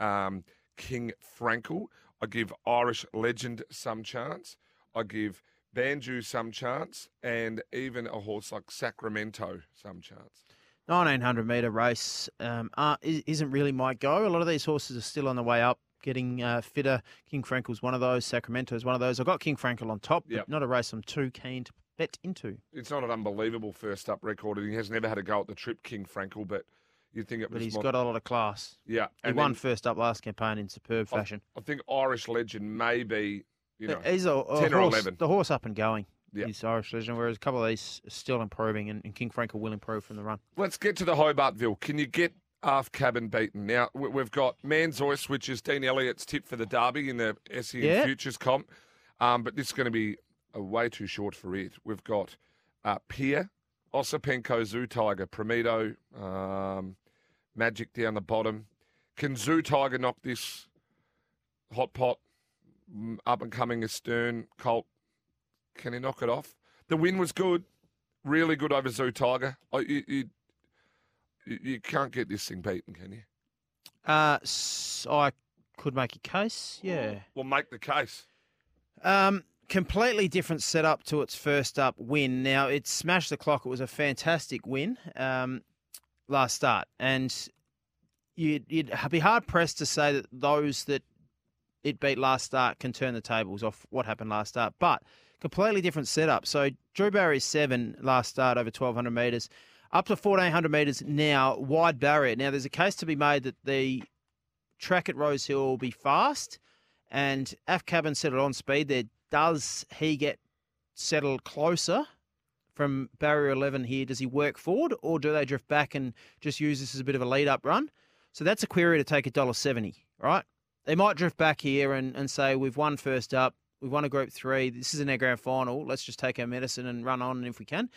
[SPEAKER 2] um, King Frankel. I give Irish Legend some chance. I give Banjo some chance, and even a horse like Sacramento some chance.
[SPEAKER 3] 1900 metre race um, uh, i- isn't really my go. A lot of these horses are still on the way up, getting uh, fitter. King Frankel's one of those. Sacramento's one of those. I've got King Frankel on top, but
[SPEAKER 2] Yep.
[SPEAKER 3] not a race I'm too keen to bet into.
[SPEAKER 2] It's not an unbelievable first up record, and he has never had a go at the trip, King Frankel. But you think it
[SPEAKER 3] But
[SPEAKER 2] was
[SPEAKER 3] he's
[SPEAKER 2] more-
[SPEAKER 3] got a lot of class.
[SPEAKER 2] Yeah,
[SPEAKER 3] He
[SPEAKER 2] and
[SPEAKER 3] won
[SPEAKER 2] then
[SPEAKER 3] first up last campaign in superb
[SPEAKER 2] I-
[SPEAKER 3] fashion.
[SPEAKER 2] I, think Irish legend maybe you know
[SPEAKER 3] But he's a, a
[SPEAKER 2] ten or
[SPEAKER 3] horse-
[SPEAKER 2] 11.
[SPEAKER 3] The horse up and going.
[SPEAKER 2] Yeah.
[SPEAKER 3] He's Irish legend, whereas a couple of these are still improving, and, and King Frank will improve from the run.
[SPEAKER 2] Let's get to the Hobartville. Can you get half cabin beaten? Now, we- we've got Manzois, which is Dean Elliott's tip for the derby in the SEN
[SPEAKER 3] Yeah.
[SPEAKER 2] Futures comp. Um, but this is going to be uh, way too short for it. We've got uh, Pier, Osipenko, Zoo Tiger, Prometo, um, Magic down the bottom. Can Zoo Tiger knock this hot pot Mm, up and coming is Stern, Colt? Can he knock it off? The win was good, really good over Zoo Tiger. I, you, you, you you can't get this thing beaten, can you?
[SPEAKER 3] Uh, s I I could make a case, yeah.
[SPEAKER 2] Well, make the case.
[SPEAKER 3] Um, completely different setup to its first up win. Now it smashed the clock. It was a fantastic win um, last start, and you'd, you'd h- be hard pressed to say that those that it beat last start can turn the tables off what happened last start. But completely different setup. So Drew Barry's seven last start over twelve hundred meters. Up to 1400 metres now, wide barrier. Now, there's a case to be made that the track at Rose Hill will be fast, and Af Cabin settled on speed there. Does he get settled closer from barrier 11 here? Does he work forward or do they drift back and just use this as a bit of a lead up run? So that's a query to take $1.70, right? They might drift back here and, and say, We've won first up. We've won a group three. This isn't our grand final. Let's just take our medicine and run on if we can.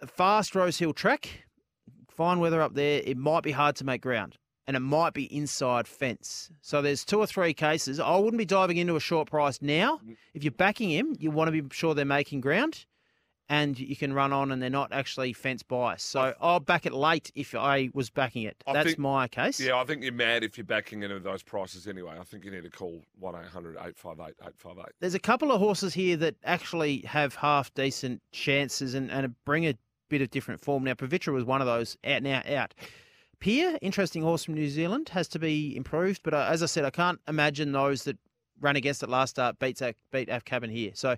[SPEAKER 3] A fast Rose Hill track, fine weather up there. It might be hard to make ground and it might be inside fence. So there's two or three cases. I wouldn't be diving into a short price now.
[SPEAKER 2] Mm.
[SPEAKER 3] If you're backing him, you want to be sure they're making ground and you can run on and they're not actually fence bias. So I'll back it late if I was backing it.
[SPEAKER 2] I
[SPEAKER 3] That's
[SPEAKER 2] think-
[SPEAKER 3] my case.
[SPEAKER 2] Yeah, I think you're mad if you're backing into those prices anyway. I think you need to call 1 800 858 858.
[SPEAKER 3] There's a couple of horses here that actually have half decent chances and, and bring a bit of different form. Now, Pavitra was one of those out now out. Pier, interesting horse from New Zealand, has to be improved. But uh, as I said, I can't imagine those that ran against it last start beats Af- beat Af Cabin here. So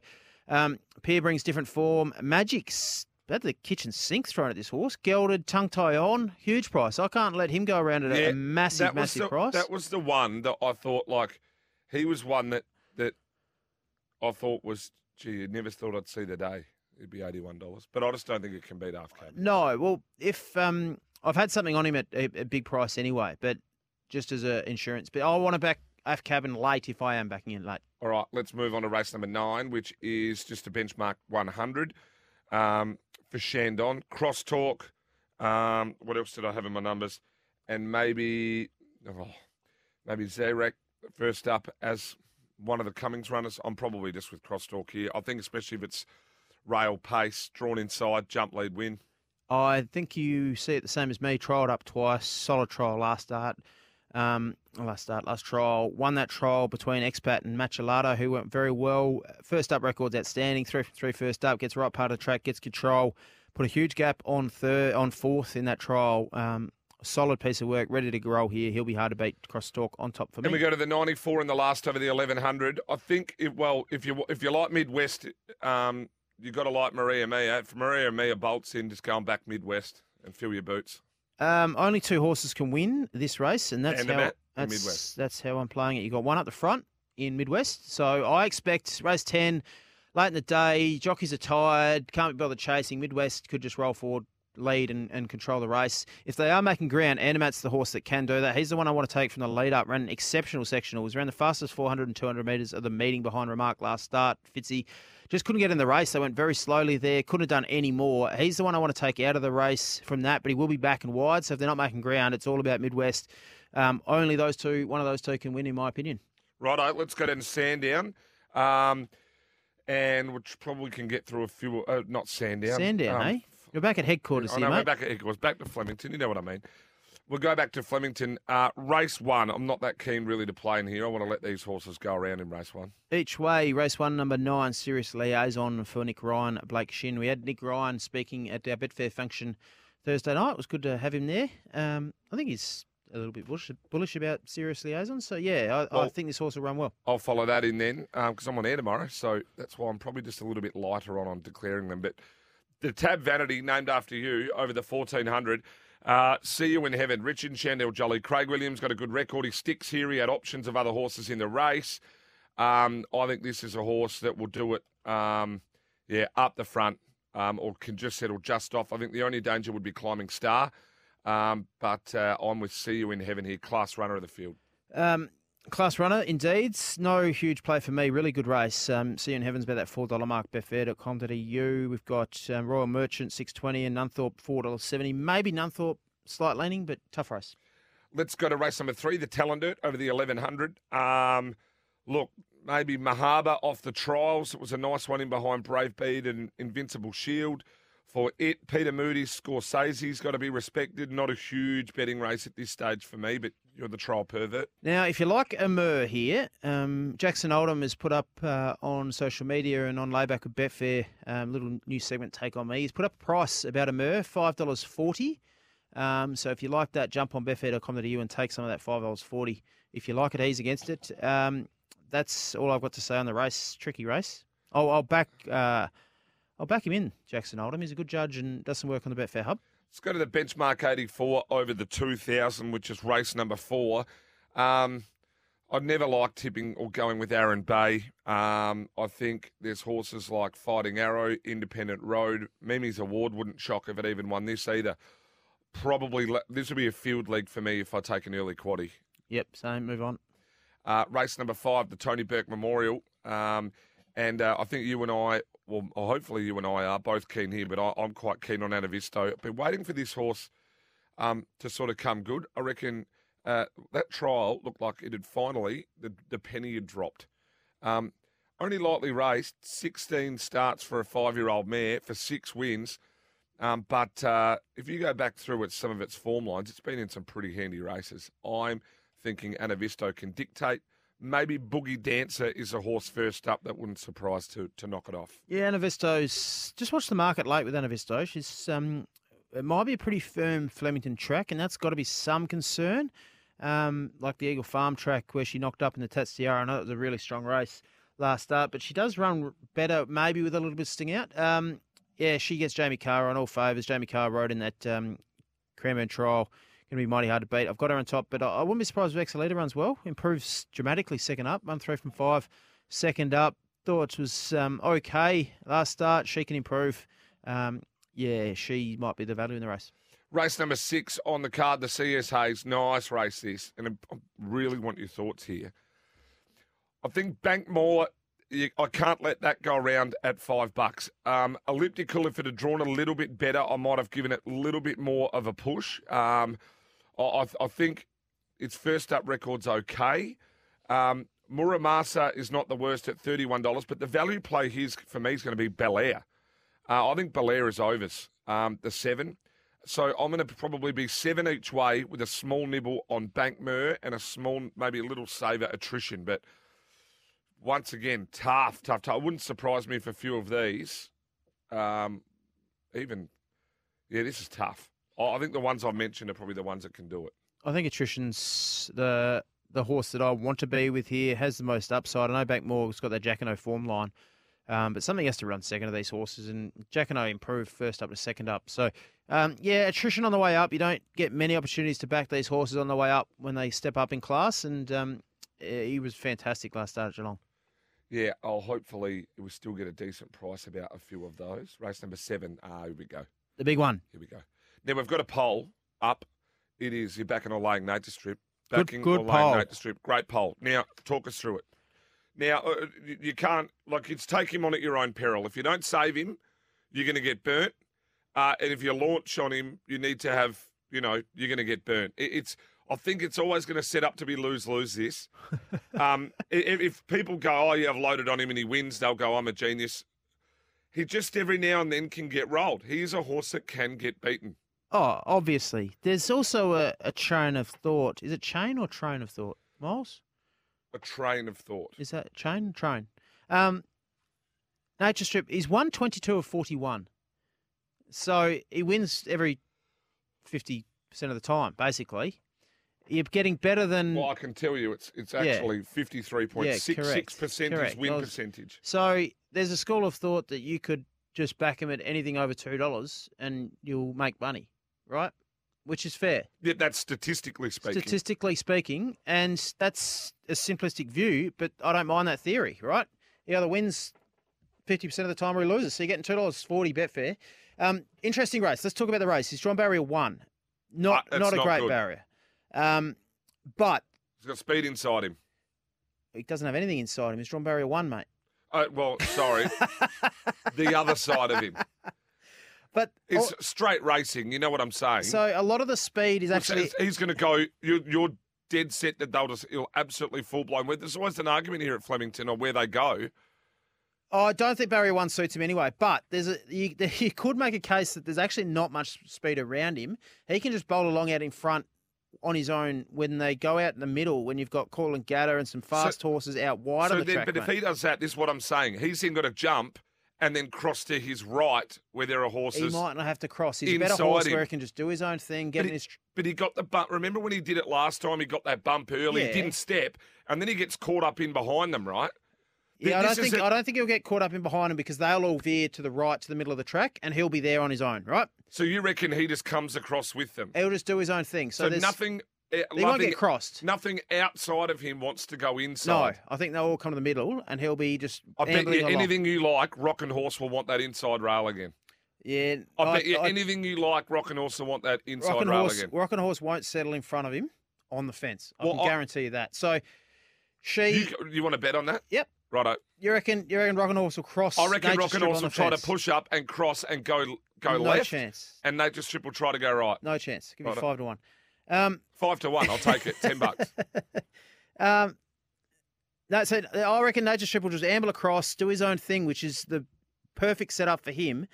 [SPEAKER 3] um, Pier brings different form. Magic's had the kitchen sink thrown at this horse. Gelded, tongue tie on, huge price. I can't let him go around at a-
[SPEAKER 2] Yeah,
[SPEAKER 3] a massive,
[SPEAKER 2] was
[SPEAKER 3] massive
[SPEAKER 2] the,
[SPEAKER 3] price.
[SPEAKER 2] That was the one that I thought like he was one that that I thought was gee, I never thought I'd see the day. It'd be eighty one dollars. But I just don't think it can beat half cab.
[SPEAKER 3] No, well, if um, I've had something on him at a, a big price anyway, but just as a insurance. But I want to back F cabin late if I am backing in late.
[SPEAKER 2] All right, let's move on to race number nine, which is just a benchmark one hundred. Um, for Shandon. Crosstalk. Um, what else did I have in my numbers? And maybe oh, maybe Zarek first up as one of the Cummings runners. I'm probably just with crosstalk here. I think especially if it's rail pace, drawn inside, jump lead win.
[SPEAKER 3] I think you see it the same as me. Trialed up twice, solid trial last start, um, last start, last trial. Won that trial between Expat and Machilado, who went very well. First up records outstanding. Three from three first up, gets right part of the track, gets control. Put a huge gap on third, on fourth in that trial. Um, solid piece of work, ready to roll here. He'll be hard to beat. Cross talk on top for me.
[SPEAKER 2] Then we go to the 94 and the last over the 1100. I think it, well, if you if you like Midwest, um, you got to like Maria Mia. If Maria Mia bolts in, just go on back Midwest and fill your boots.
[SPEAKER 3] Um, only two horses can win this race, and that's
[SPEAKER 2] And the
[SPEAKER 3] how
[SPEAKER 2] ma- the
[SPEAKER 3] that's,
[SPEAKER 2] Midwest.
[SPEAKER 3] that's how I'm playing it. You got one up the front in Midwest, so I expect race ten late in the day. Jockeys are tired, can't be bothered chasing. Midwest could just roll forward, lead, and, and control the race. If they are making ground, Animat's the horse that can do that. He's the one I want to take from the lead up. Ran an exceptional sectional. Was ran the fastest 400 and 200 metres of the meeting behind Remark last start. Fitzy just couldn't get in the race. They went very slowly there. Couldn't have done any more. He's the one I want to take out of the race from that, but he will be back and wide. So if they're not making ground, it's all about Midwest. Um, only those two, one of those two can win, in my opinion.
[SPEAKER 2] Righto, let's go down to Sandown, um, and which probably can get through a few. Uh, not Sandown.
[SPEAKER 3] Sandown,
[SPEAKER 2] um,
[SPEAKER 3] eh? You're back at headquarters
[SPEAKER 2] I
[SPEAKER 3] here,
[SPEAKER 2] know, we're
[SPEAKER 3] mate.
[SPEAKER 2] back at it was back to Flemington. You know what I mean. We'll go back to Flemington. Uh, race one. I'm not that keen really to play in here. I want to let these horses go around in race one.
[SPEAKER 3] Each way, race one, number nine, serious liaison for Nick Ryan, Blake Shin. We had Nick Ryan speaking at our Betfair function Thursday night. It was good to have him there. Um, I think he's a little bit bullish, bullish about serious liaison. So, yeah, I, I
[SPEAKER 2] Well-
[SPEAKER 3] think this horse will run well.
[SPEAKER 2] I'll follow that in then because I'm on air tomorrow, so that's why I'm probably just a little bit lighter on on declaring them. But the Tab Vanity, named after you, over the 1400. Uh, see you in heaven. Richard Chandel Jolly. Craig Williams got a good record. He sticks here. He had options of other horses in the race. Um, I think this is a horse that will do it. Um, Yeah, up the front, um, or can just settle just off. I think the only danger would be climbing star. Um, but uh, I'm with See You in Heaven here, class runner of the field.
[SPEAKER 3] Um, class runner, indeed. No huge play for me. Really good race. Um, see you in heavens about that four dollar mark. Betfair.com.au. We've got um, Royal Merchant six twenty and Nunthorpe four dollars seventy. Maybe Nunthorpe slight leaning, but tough race.
[SPEAKER 2] Let's go to race number three, the Talendert over the 1100. Um, look, maybe Mahaba off the trials. It was a nice one in behind Brave Bead and Invincible Shield. For it, Peter Moody, Scorsese's got to be respected. Not a huge betting race at this stage for me, but you're the trial pervert.
[SPEAKER 3] Now, if you like Amur here, um, Jackson Oldham has put up uh, on social media and on layback with Betfair um, little new segment take on me. He's put up a price about Amur, five dollars forty. Um, so if you like that, jump on betfair.com.au and take some of that five dollars forty. If you like it, he's against it. Um, that's all I've got to say on the race. Tricky race. Oh, I'll back. Uh, I'll back him in, Jackson Oldham. He's a good judge and does some work on the Betfair Hub.
[SPEAKER 2] Let's go to the benchmark 84 over the 2000, which is race number four. Um, I'd never liked tipping or going with Aaron Bay. Um, I think there's horses like Fighting Arrow, Independent Road. Mimi's Award wouldn't shock if it even won this either. Probably le- this would be a field leg for me if I take an early quaddy.
[SPEAKER 3] Yep. So move on.
[SPEAKER 2] Uh, race number five, the Tony Burke Memorial. Um, and uh, I think you and I, well, hopefully you and I are both keen here, but I, I'm quite keen on Anavisto. I've been waiting for this horse um, to sort of come good. I reckon uh, that trial looked like it had finally, the, the penny had dropped. Um, only lightly raced, 16 starts for a five year old mare for six wins. Um, but uh, if you go back through its, some of its form lines, it's been in some pretty handy races. I'm thinking Anavisto can dictate. Maybe Boogie Dancer is a horse first up that wouldn't surprise to to knock it off.
[SPEAKER 3] Yeah, Anavisto's just watch the market late with Anavisto. She's um, it might be a pretty firm Flemington track, and that's got to be some concern. Um, like the Eagle Farm track where she knocked up in the Tatsiara. I know it was a really strong race last start, but she does run better maybe with a little bit of sting out. Um, yeah, she gets Jamie Carr on all favours. Jamie Carr rode in that um, Cranbourne trial. Going to be mighty hard to beat. I've got her on top, but I, I wouldn't be surprised if Exalita runs well. Improves dramatically second up. Run three from five, second up. Thoughts was um, okay last start. She can improve. Um, yeah, she might be the value in the race.
[SPEAKER 2] Race number six on the card, the CS Hayes. Nice race this, and I really want your thoughts here. I think Bankmore. You, I can't let that go around at five bucks. Um, elliptical, if it had drawn a little bit better, I might have given it a little bit more of a push. Um, I, I, I think its first up record's okay. Um, Muramasa is not the worst at $31, but the value play here is, for me is going to be Belair. Uh, I think Belair is overs, um, the seven. So I'm going to probably be seven each way with a small nibble on Bankmer and a small, maybe a little saver attrition. But once again, tough, tough, tough. It wouldn't surprise me if a few of these, um, even, yeah, this is tough. I I think the ones I've mentioned are probably the ones that can do it.
[SPEAKER 3] I think attrition's the the horse that I want to be with here has the most upside. I know Backmore's got that Jack and O form line, um, but something has to run second of these horses, and Jack and O improved first up to second up. So, um, yeah, attrition on the way up. You don't get many opportunities to back these horses on the way up when they step up in class, and um, eh, he was fantastic last start at Geelong.
[SPEAKER 2] Yeah, I'll hopefully we'll still get a decent price about a few of those. Race number seven. Ah, here we go.
[SPEAKER 3] The big one.
[SPEAKER 2] Here we go. Now we've got a poll up. It is you're backing or laying nature strip.
[SPEAKER 3] Good-
[SPEAKER 2] Backing
[SPEAKER 3] good
[SPEAKER 2] or
[SPEAKER 3] poll.
[SPEAKER 2] laying nature strip. Great poll. Now talk us through it. Now uh, you- you can't like it's take him on at your own peril. If you don't save him, you're going to get burnt. Uh, and if you launch on him, you need to have you know you're going to get burnt. It, it's I think it's always going to set up to be lose lose this. Um, i- if, if people go, oh, you have loaded on him and he wins, they'll go, I'm a genius. He just every now and then can get rolled. He is a horse that can get beaten.
[SPEAKER 3] Oh, obviously. There's also a, a train of thought. Is it chain or train of thought? Miles?
[SPEAKER 2] A train of thought.
[SPEAKER 3] Is that train? Train. Um, Nature Strip is 122 of 41. So he wins every 50% of the time, basically. You're getting better than.
[SPEAKER 2] Well, I can tell you, it's it's actually fifty three point six six percent
[SPEAKER 3] Mm. Yeah,
[SPEAKER 2] is
[SPEAKER 3] correct.
[SPEAKER 2] win
[SPEAKER 3] Correct.
[SPEAKER 2] percentage.
[SPEAKER 3] So there's a school of thought that you could just back him at anything over $2 and you'll make money, right? Which is fair.
[SPEAKER 2] Yeah, that's statistically speaking.
[SPEAKER 3] statistically speaking, and that's a simplistic view, but I don't mind that theory, right? He either wins fifty percent of the time, or he loses. So you're getting two dollars forty Betfair. Um, interesting race. Let's talk about the race. He's drawn barrier one, not
[SPEAKER 2] Ah, that's
[SPEAKER 3] not a
[SPEAKER 2] not
[SPEAKER 3] great
[SPEAKER 2] good.
[SPEAKER 3] barrier, um, but
[SPEAKER 2] He's got speed inside him.
[SPEAKER 3] he doesn't have anything inside him. He's drawn barrier one, mate.
[SPEAKER 2] Uh, well, sorry, the other side of him.
[SPEAKER 3] But
[SPEAKER 2] It's straight racing. You know what I'm saying?
[SPEAKER 3] Oh. so a lot of the speed is
[SPEAKER 2] It's-
[SPEAKER 3] actually
[SPEAKER 2] it's- he's going to go. You're, you're dead set that they'll just you'll absolutely full blown. with. There's always an argument here at Flemington on where they go.
[SPEAKER 3] Oh, I don't think barrier one suits him anyway. But there's a you, you could make a case that there's actually not much speed around him. He can just bowl along out in front on his own when they go out in the middle. When you've got Call and Gatter and some fast horses out wide
[SPEAKER 2] so
[SPEAKER 3] of the
[SPEAKER 2] then,
[SPEAKER 3] track.
[SPEAKER 2] but if
[SPEAKER 3] mate.
[SPEAKER 2] he does that, this is what I'm saying. He's then got to jump and then cross to his right where there are horses.
[SPEAKER 3] he might not have to cross. He's a better
[SPEAKER 2] inside
[SPEAKER 3] horse
[SPEAKER 2] him.
[SPEAKER 3] where he can just do his own thing, get
[SPEAKER 2] But
[SPEAKER 3] in
[SPEAKER 2] he-
[SPEAKER 3] his. tr-
[SPEAKER 2] But he got the bump. Remember when he did it last time? He got that bump early.
[SPEAKER 3] Yeah.
[SPEAKER 2] He didn't step, and then he gets caught up in behind them, right? Th-
[SPEAKER 3] Yeah, I
[SPEAKER 2] this
[SPEAKER 3] don't
[SPEAKER 2] is
[SPEAKER 3] think
[SPEAKER 2] a-
[SPEAKER 3] I I don't think he'll get caught up in behind him because they'll all veer to the right to the middle of the track, and he'll be there on his own. Right,
[SPEAKER 2] So you reckon he just comes across with them?
[SPEAKER 3] he'll just do his own thing. So,
[SPEAKER 2] So,
[SPEAKER 3] there's
[SPEAKER 2] nothing. uh,
[SPEAKER 3] He won't
[SPEAKER 2] loving-
[SPEAKER 3] get crossed.
[SPEAKER 2] Nothing outside of him wants to go
[SPEAKER 3] No,
[SPEAKER 2] inside.
[SPEAKER 3] I think they'll all come to the middle, and he'll be just.
[SPEAKER 2] I bet
[SPEAKER 3] ambling
[SPEAKER 2] you
[SPEAKER 3] along.
[SPEAKER 2] anything you like, Rock and Horse will want that inside rail again.
[SPEAKER 3] Yeah,
[SPEAKER 2] I, bet you
[SPEAKER 3] I-
[SPEAKER 2] anything you like, Rock and Horse will want that inside
[SPEAKER 3] Rock and
[SPEAKER 2] rail
[SPEAKER 3] Horse,
[SPEAKER 2] again.
[SPEAKER 3] Rock and Horse won't settle in front of him on the fence. I
[SPEAKER 2] Well,
[SPEAKER 3] can
[SPEAKER 2] I-
[SPEAKER 3] guarantee you that. So she,
[SPEAKER 2] You,
[SPEAKER 3] you,
[SPEAKER 2] you want to bet on that?
[SPEAKER 3] Yep.
[SPEAKER 2] Righto.
[SPEAKER 3] reckon you reckon Rock and Horse will cross?
[SPEAKER 2] I reckon
[SPEAKER 3] Nature
[SPEAKER 2] Rock and
[SPEAKER 3] Strip
[SPEAKER 2] Horse
[SPEAKER 3] on the
[SPEAKER 2] will try to
[SPEAKER 3] fence?
[SPEAKER 2] push up and cross and go go
[SPEAKER 3] no
[SPEAKER 2] left,
[SPEAKER 3] chance.
[SPEAKER 2] and Nature Strip will try to go right.
[SPEAKER 3] No chance. Give me
[SPEAKER 2] Righto.
[SPEAKER 3] five to one. Um,
[SPEAKER 2] Five to one, I'll take it. Ten bucks.
[SPEAKER 3] um, no, so I reckon Nature Strip will just amble across, do his own thing, which is the perfect setup for him.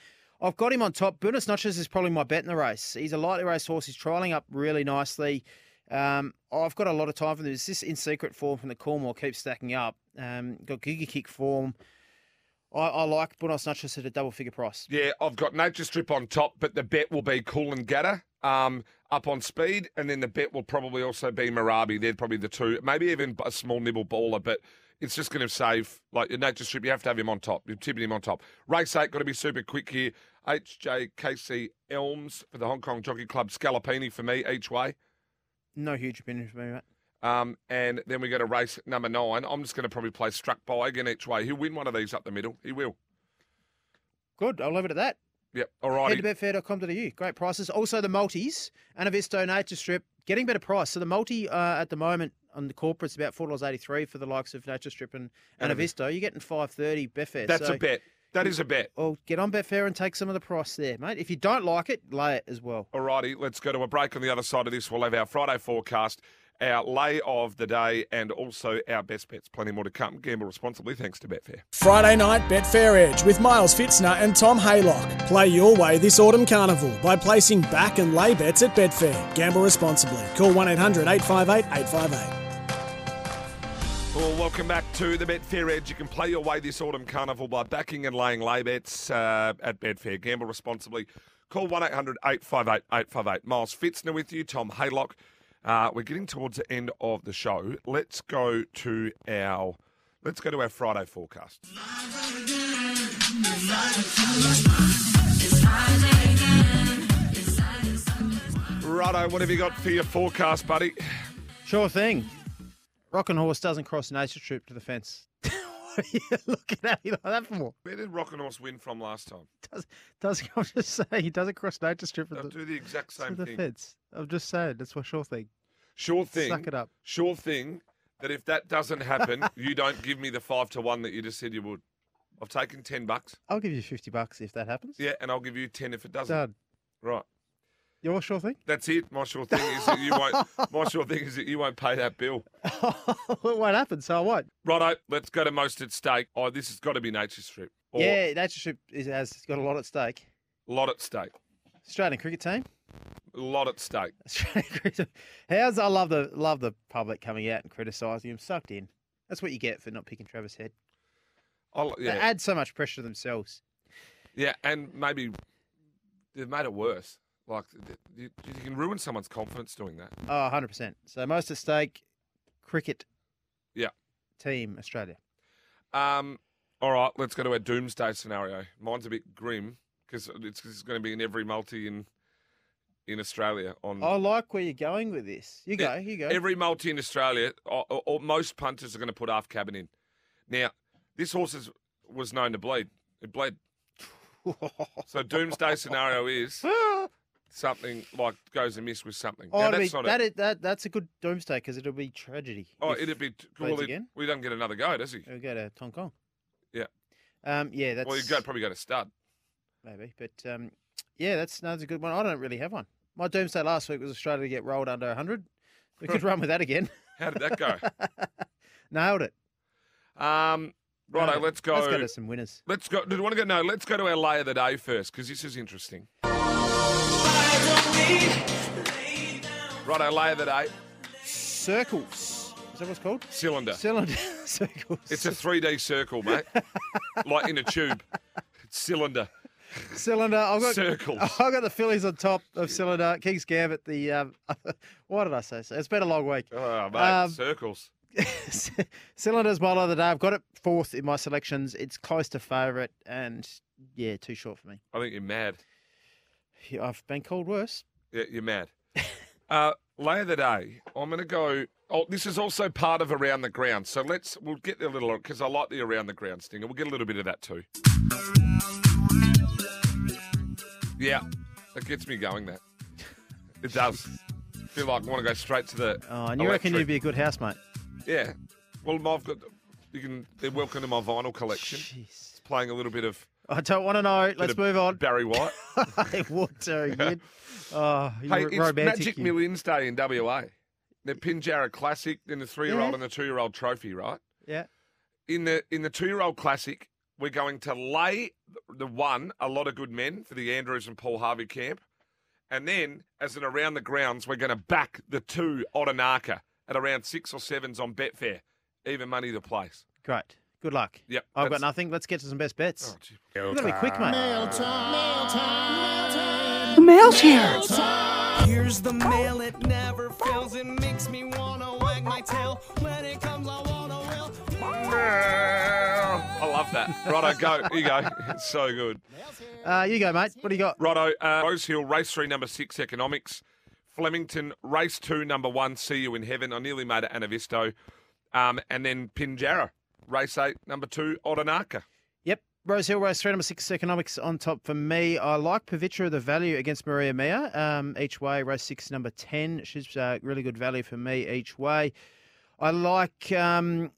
[SPEAKER 3] I've got him on top. Buenos Notches is probably my bet in the race. He's a lightly race horse. He's trialing up really nicely. Um, I've got a lot of time for this. This in secret form from the Cornwall keeps stacking up. Um, got Giga Kick form. I, I like Buenos Notches at a double figure price.
[SPEAKER 2] Yeah, I've got Nature Strip on top, but the bet will be Cool and Gatter um, up on speed, and then the bet will probably also be Marabi. They're probably the two, maybe even a small nibble baller, but it's just going to save like your Nature Strip. You have to have him on top. You're tipping him on top. Race eight, got to be super quick here. HJKC Elms for the Hong Kong Jockey Club. Scalapini for me each way.
[SPEAKER 3] No huge opinion for me, mate.
[SPEAKER 2] Um, and then we go to race number nine. I'm just going to probably play Struck by again each way. He'll win one of these up the middle. He will.
[SPEAKER 3] Good. I'll leave it at that.
[SPEAKER 2] Yep. All righty.
[SPEAKER 3] Head to betfair.com.au. Great prices. Also, the multis and a Visto Nature Strip getting better price. So, the multi uh, at the moment on the corporate's about $4.83 for the likes of Nature Strip and, and a
[SPEAKER 2] And
[SPEAKER 3] Visto. You're getting 530 Betfair.
[SPEAKER 2] That's
[SPEAKER 3] so,
[SPEAKER 2] a bet. That is a bet.
[SPEAKER 3] Well, get on Betfair and take some of the price there, mate. If you don't like it, lay it as well.
[SPEAKER 2] Alrighty, let's go to a break. On the other side of this, we'll have our Friday forecast, our lay of the day, and also our best bets. Plenty more to come. Gamble responsibly. Thanks to Betfair.
[SPEAKER 1] Friday night Betfair Edge with Miles Fitzner and Tom Haylock. Play your way this autumn carnival by placing back and lay bets at Betfair. Gamble responsibly. Call 1 800 858 858.
[SPEAKER 2] Well, welcome back to the Betfair Edge. You can play your way this autumn carnival by backing and laying lay bets uh, at Betfair. Gamble responsibly. Call 1 800 858 858. Miles Fitzner with you, Tom Haylock. Uh, we're getting towards the end of the show. Let's go to our. Let's go to our Friday forecast. Righto, what have you got for your forecast, buddy?
[SPEAKER 3] Sure thing. Rockin' Horse doesn't cross Nature Strip to the fence. what are you looking at me like that for?
[SPEAKER 2] Where did Rock and Horse win from last time?
[SPEAKER 3] Does, does, I'm just saying, he doesn't cross Nature Strip to
[SPEAKER 2] They'll
[SPEAKER 3] the,
[SPEAKER 2] do the exact
[SPEAKER 3] to
[SPEAKER 2] same
[SPEAKER 3] the
[SPEAKER 2] thing.
[SPEAKER 3] fence. I'm just saying, that's my sure thing.
[SPEAKER 2] Sure thing.
[SPEAKER 3] Suck it up.
[SPEAKER 2] Sure thing that if that doesn't happen, you don't give me the five to one that you just said you would. I've taken ten bucks.
[SPEAKER 3] I'll give you 50 bucks if that happens.
[SPEAKER 2] Yeah, and I'll give you ten if it doesn't.
[SPEAKER 3] Done.
[SPEAKER 2] Right.
[SPEAKER 3] Your sure thing?
[SPEAKER 2] That's it. My sure thing is that you won't. My sure thing is that you won't pay that bill.
[SPEAKER 3] it won't happen, so I won't.
[SPEAKER 2] Righto. Let's go to most at stake. Oh, this has got to be nature strip. Or
[SPEAKER 3] yeah, Nature Strip is, has got a lot at stake.
[SPEAKER 2] Lot at stake.
[SPEAKER 3] Australian cricket team.
[SPEAKER 2] Lot at stake.
[SPEAKER 3] Australian cricket team. How's I love the love the public coming out and criticising him. Sucked in. That's what you get for not picking Travis Head.
[SPEAKER 2] I'll,
[SPEAKER 3] They
[SPEAKER 2] yeah.
[SPEAKER 3] add so much pressure to themselves.
[SPEAKER 2] Yeah, and maybe they've made it worse. Like th- you, you can ruin someone's confidence doing that.
[SPEAKER 3] Oh, 100%. So most at stake, cricket
[SPEAKER 2] Yeah.
[SPEAKER 3] team, Australia.
[SPEAKER 2] Um, all right, let's go to our doomsday scenario. Mine's a bit grim because it's, it's going to be in every multi in in Australia. On
[SPEAKER 3] I like where you're going with this. You go,
[SPEAKER 2] Hmm. Yeah,
[SPEAKER 3] you go.
[SPEAKER 2] every multi in Australia, or, or, or most punters are going to put half cabin in. Now, this horse is, was known to bleed. It bled. so doomsday scenario is something like goes amiss with something.
[SPEAKER 3] Oh,
[SPEAKER 2] now,
[SPEAKER 3] it'll be-
[SPEAKER 2] that's not
[SPEAKER 3] that
[SPEAKER 2] it.
[SPEAKER 3] is- that- that's a good doomsday because it'll be tragedy.
[SPEAKER 2] Oh,
[SPEAKER 3] if
[SPEAKER 2] it'd be
[SPEAKER 3] blades
[SPEAKER 2] well. It,
[SPEAKER 3] again?
[SPEAKER 2] well, he doesn't get another go, does he?
[SPEAKER 3] we go to Hong Kong.
[SPEAKER 2] Yeah.
[SPEAKER 3] Um, yeah, that's
[SPEAKER 2] Well, he'd go, probably go to stud.
[SPEAKER 3] maybe, but um, yeah, that's no, that's a good one. I don't really have one. My doomsday last week was Australia to get rolled under 100. We could run with that again.
[SPEAKER 2] How did that go?
[SPEAKER 3] Nailed it.
[SPEAKER 2] um, righto,
[SPEAKER 3] Nailed it.
[SPEAKER 2] let's go.
[SPEAKER 3] Let's go to some winners.
[SPEAKER 2] Let's go. Do you want to go? No, let's go to our lay of the day first because this is interesting. Right, our lay of the day
[SPEAKER 3] Circles. Is that what it's called?
[SPEAKER 2] cylinder.
[SPEAKER 3] Cylinder circles.
[SPEAKER 2] It's a 3D circle, mate, like in a tube. It's cylinder
[SPEAKER 3] cylinder. I've got
[SPEAKER 2] circles.
[SPEAKER 3] I got the Phillies on top of cylinder. Kings Gambit. The um, what did I say? It's been a long week.
[SPEAKER 2] Oh, mate,
[SPEAKER 3] Um,
[SPEAKER 2] circles.
[SPEAKER 3] Cylinders model of the day. I've got it fourth in my selections. It's close to favourite, and yeah, too short for me.
[SPEAKER 2] I think you're mad.
[SPEAKER 3] Yeah, I've been called worse.
[SPEAKER 2] Yeah, you're mad. uh, later the day, I'm going to go. Oh, this is also part of around the ground. So let's we'll get a little because I like the around the ground stinger. We'll get a little bit of that too. Yeah, that gets me going. That it does. Feel like I want to go straight to the.
[SPEAKER 3] Oh, and you reckon you'd be a good housemate?
[SPEAKER 2] Yeah. Well, I've got. You can. They're welcome to my vinyl collection.
[SPEAKER 3] Jeez.
[SPEAKER 2] Playing a little bit of.
[SPEAKER 3] I don't want to know. Let's
[SPEAKER 2] bit of
[SPEAKER 3] move on.
[SPEAKER 2] Barry White.
[SPEAKER 3] I would do. You'd, oh, you're
[SPEAKER 2] Hey, it's
[SPEAKER 3] romantic.
[SPEAKER 2] Magic
[SPEAKER 3] you.
[SPEAKER 2] Millions Day in WA. The Pinjarra Classic, then the three-year-old
[SPEAKER 3] Yeah.
[SPEAKER 2] and the two-year-old trophy, right?
[SPEAKER 3] Yeah.
[SPEAKER 2] In the in the two-year-old classic, we're going to lay the one, a lot of good men for the Andrews and Paul Harvey camp, and then as an around the grounds, we're going to back the two Odonaka at around six or sevens on Betfair, even money the place.
[SPEAKER 3] Great. Good luck.
[SPEAKER 2] Yep,
[SPEAKER 3] I've got
[SPEAKER 2] that's-
[SPEAKER 3] nothing. Let's get to some best bets.
[SPEAKER 2] Oh, gee.
[SPEAKER 3] We've got to be quick, mate.
[SPEAKER 5] Here's the mail, it never fails. It makes me wanna wag my tail. When it comes, I wanna will.
[SPEAKER 2] I love that. Righto, go. Here you go. It's so good.
[SPEAKER 3] Uh, you go, mate. What do you got?
[SPEAKER 2] Righto, uh, Rose Hill, race three, number six, economics. Flemington, race two, number one, see you in heaven. I nearly made it Anavisto. Um, and then Pinjarra, race eight, number two, Odonaka.
[SPEAKER 3] Yep. Rose Hill, race three, number six, economics on top for me. I like Pavitra, the value against Maria Mia um, each way. Race six, number 10. She's uh, really good value for me each way. I like um,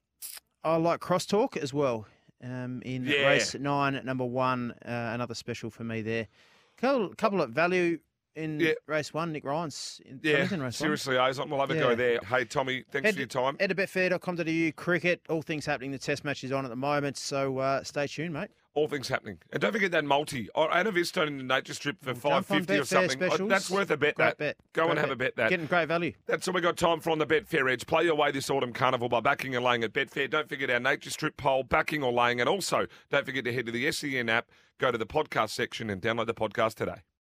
[SPEAKER 3] I like Crosstalk as well um, in
[SPEAKER 2] Yeah.
[SPEAKER 3] race nine, number one. Uh, another special for me there. Couple, couple of value in
[SPEAKER 2] Yeah.
[SPEAKER 3] race one, Nick Ryan's in
[SPEAKER 2] Yeah,
[SPEAKER 3] Flemington race one.
[SPEAKER 2] seriously, Ozon, we'll have a
[SPEAKER 3] Yeah.
[SPEAKER 2] go there. Hey, Tommy, thanks for your time.
[SPEAKER 3] Head to betfair.com.au, cricket, all things happening. The test match is on at the moment, so uh, stay tuned, mate.
[SPEAKER 2] All things happening. And don't forget that multi. Or Anavisto in the nature strip for
[SPEAKER 3] Jump on
[SPEAKER 2] 550 or
[SPEAKER 3] Betfair
[SPEAKER 2] something. Oh,
[SPEAKER 3] specials.
[SPEAKER 2] That's worth a bet,
[SPEAKER 3] Great
[SPEAKER 2] that.
[SPEAKER 3] bet.
[SPEAKER 2] Go
[SPEAKER 3] Great
[SPEAKER 2] and have a bet, that.
[SPEAKER 3] Getting great value.
[SPEAKER 2] That's all we got time for on the Betfair Edge. Play your way this autumn carnival by backing and laying at Betfair. Don't forget our nature strip poll, backing E or laying, and also don't forget to head to the SEN app, go to the podcast section, and download the podcast today.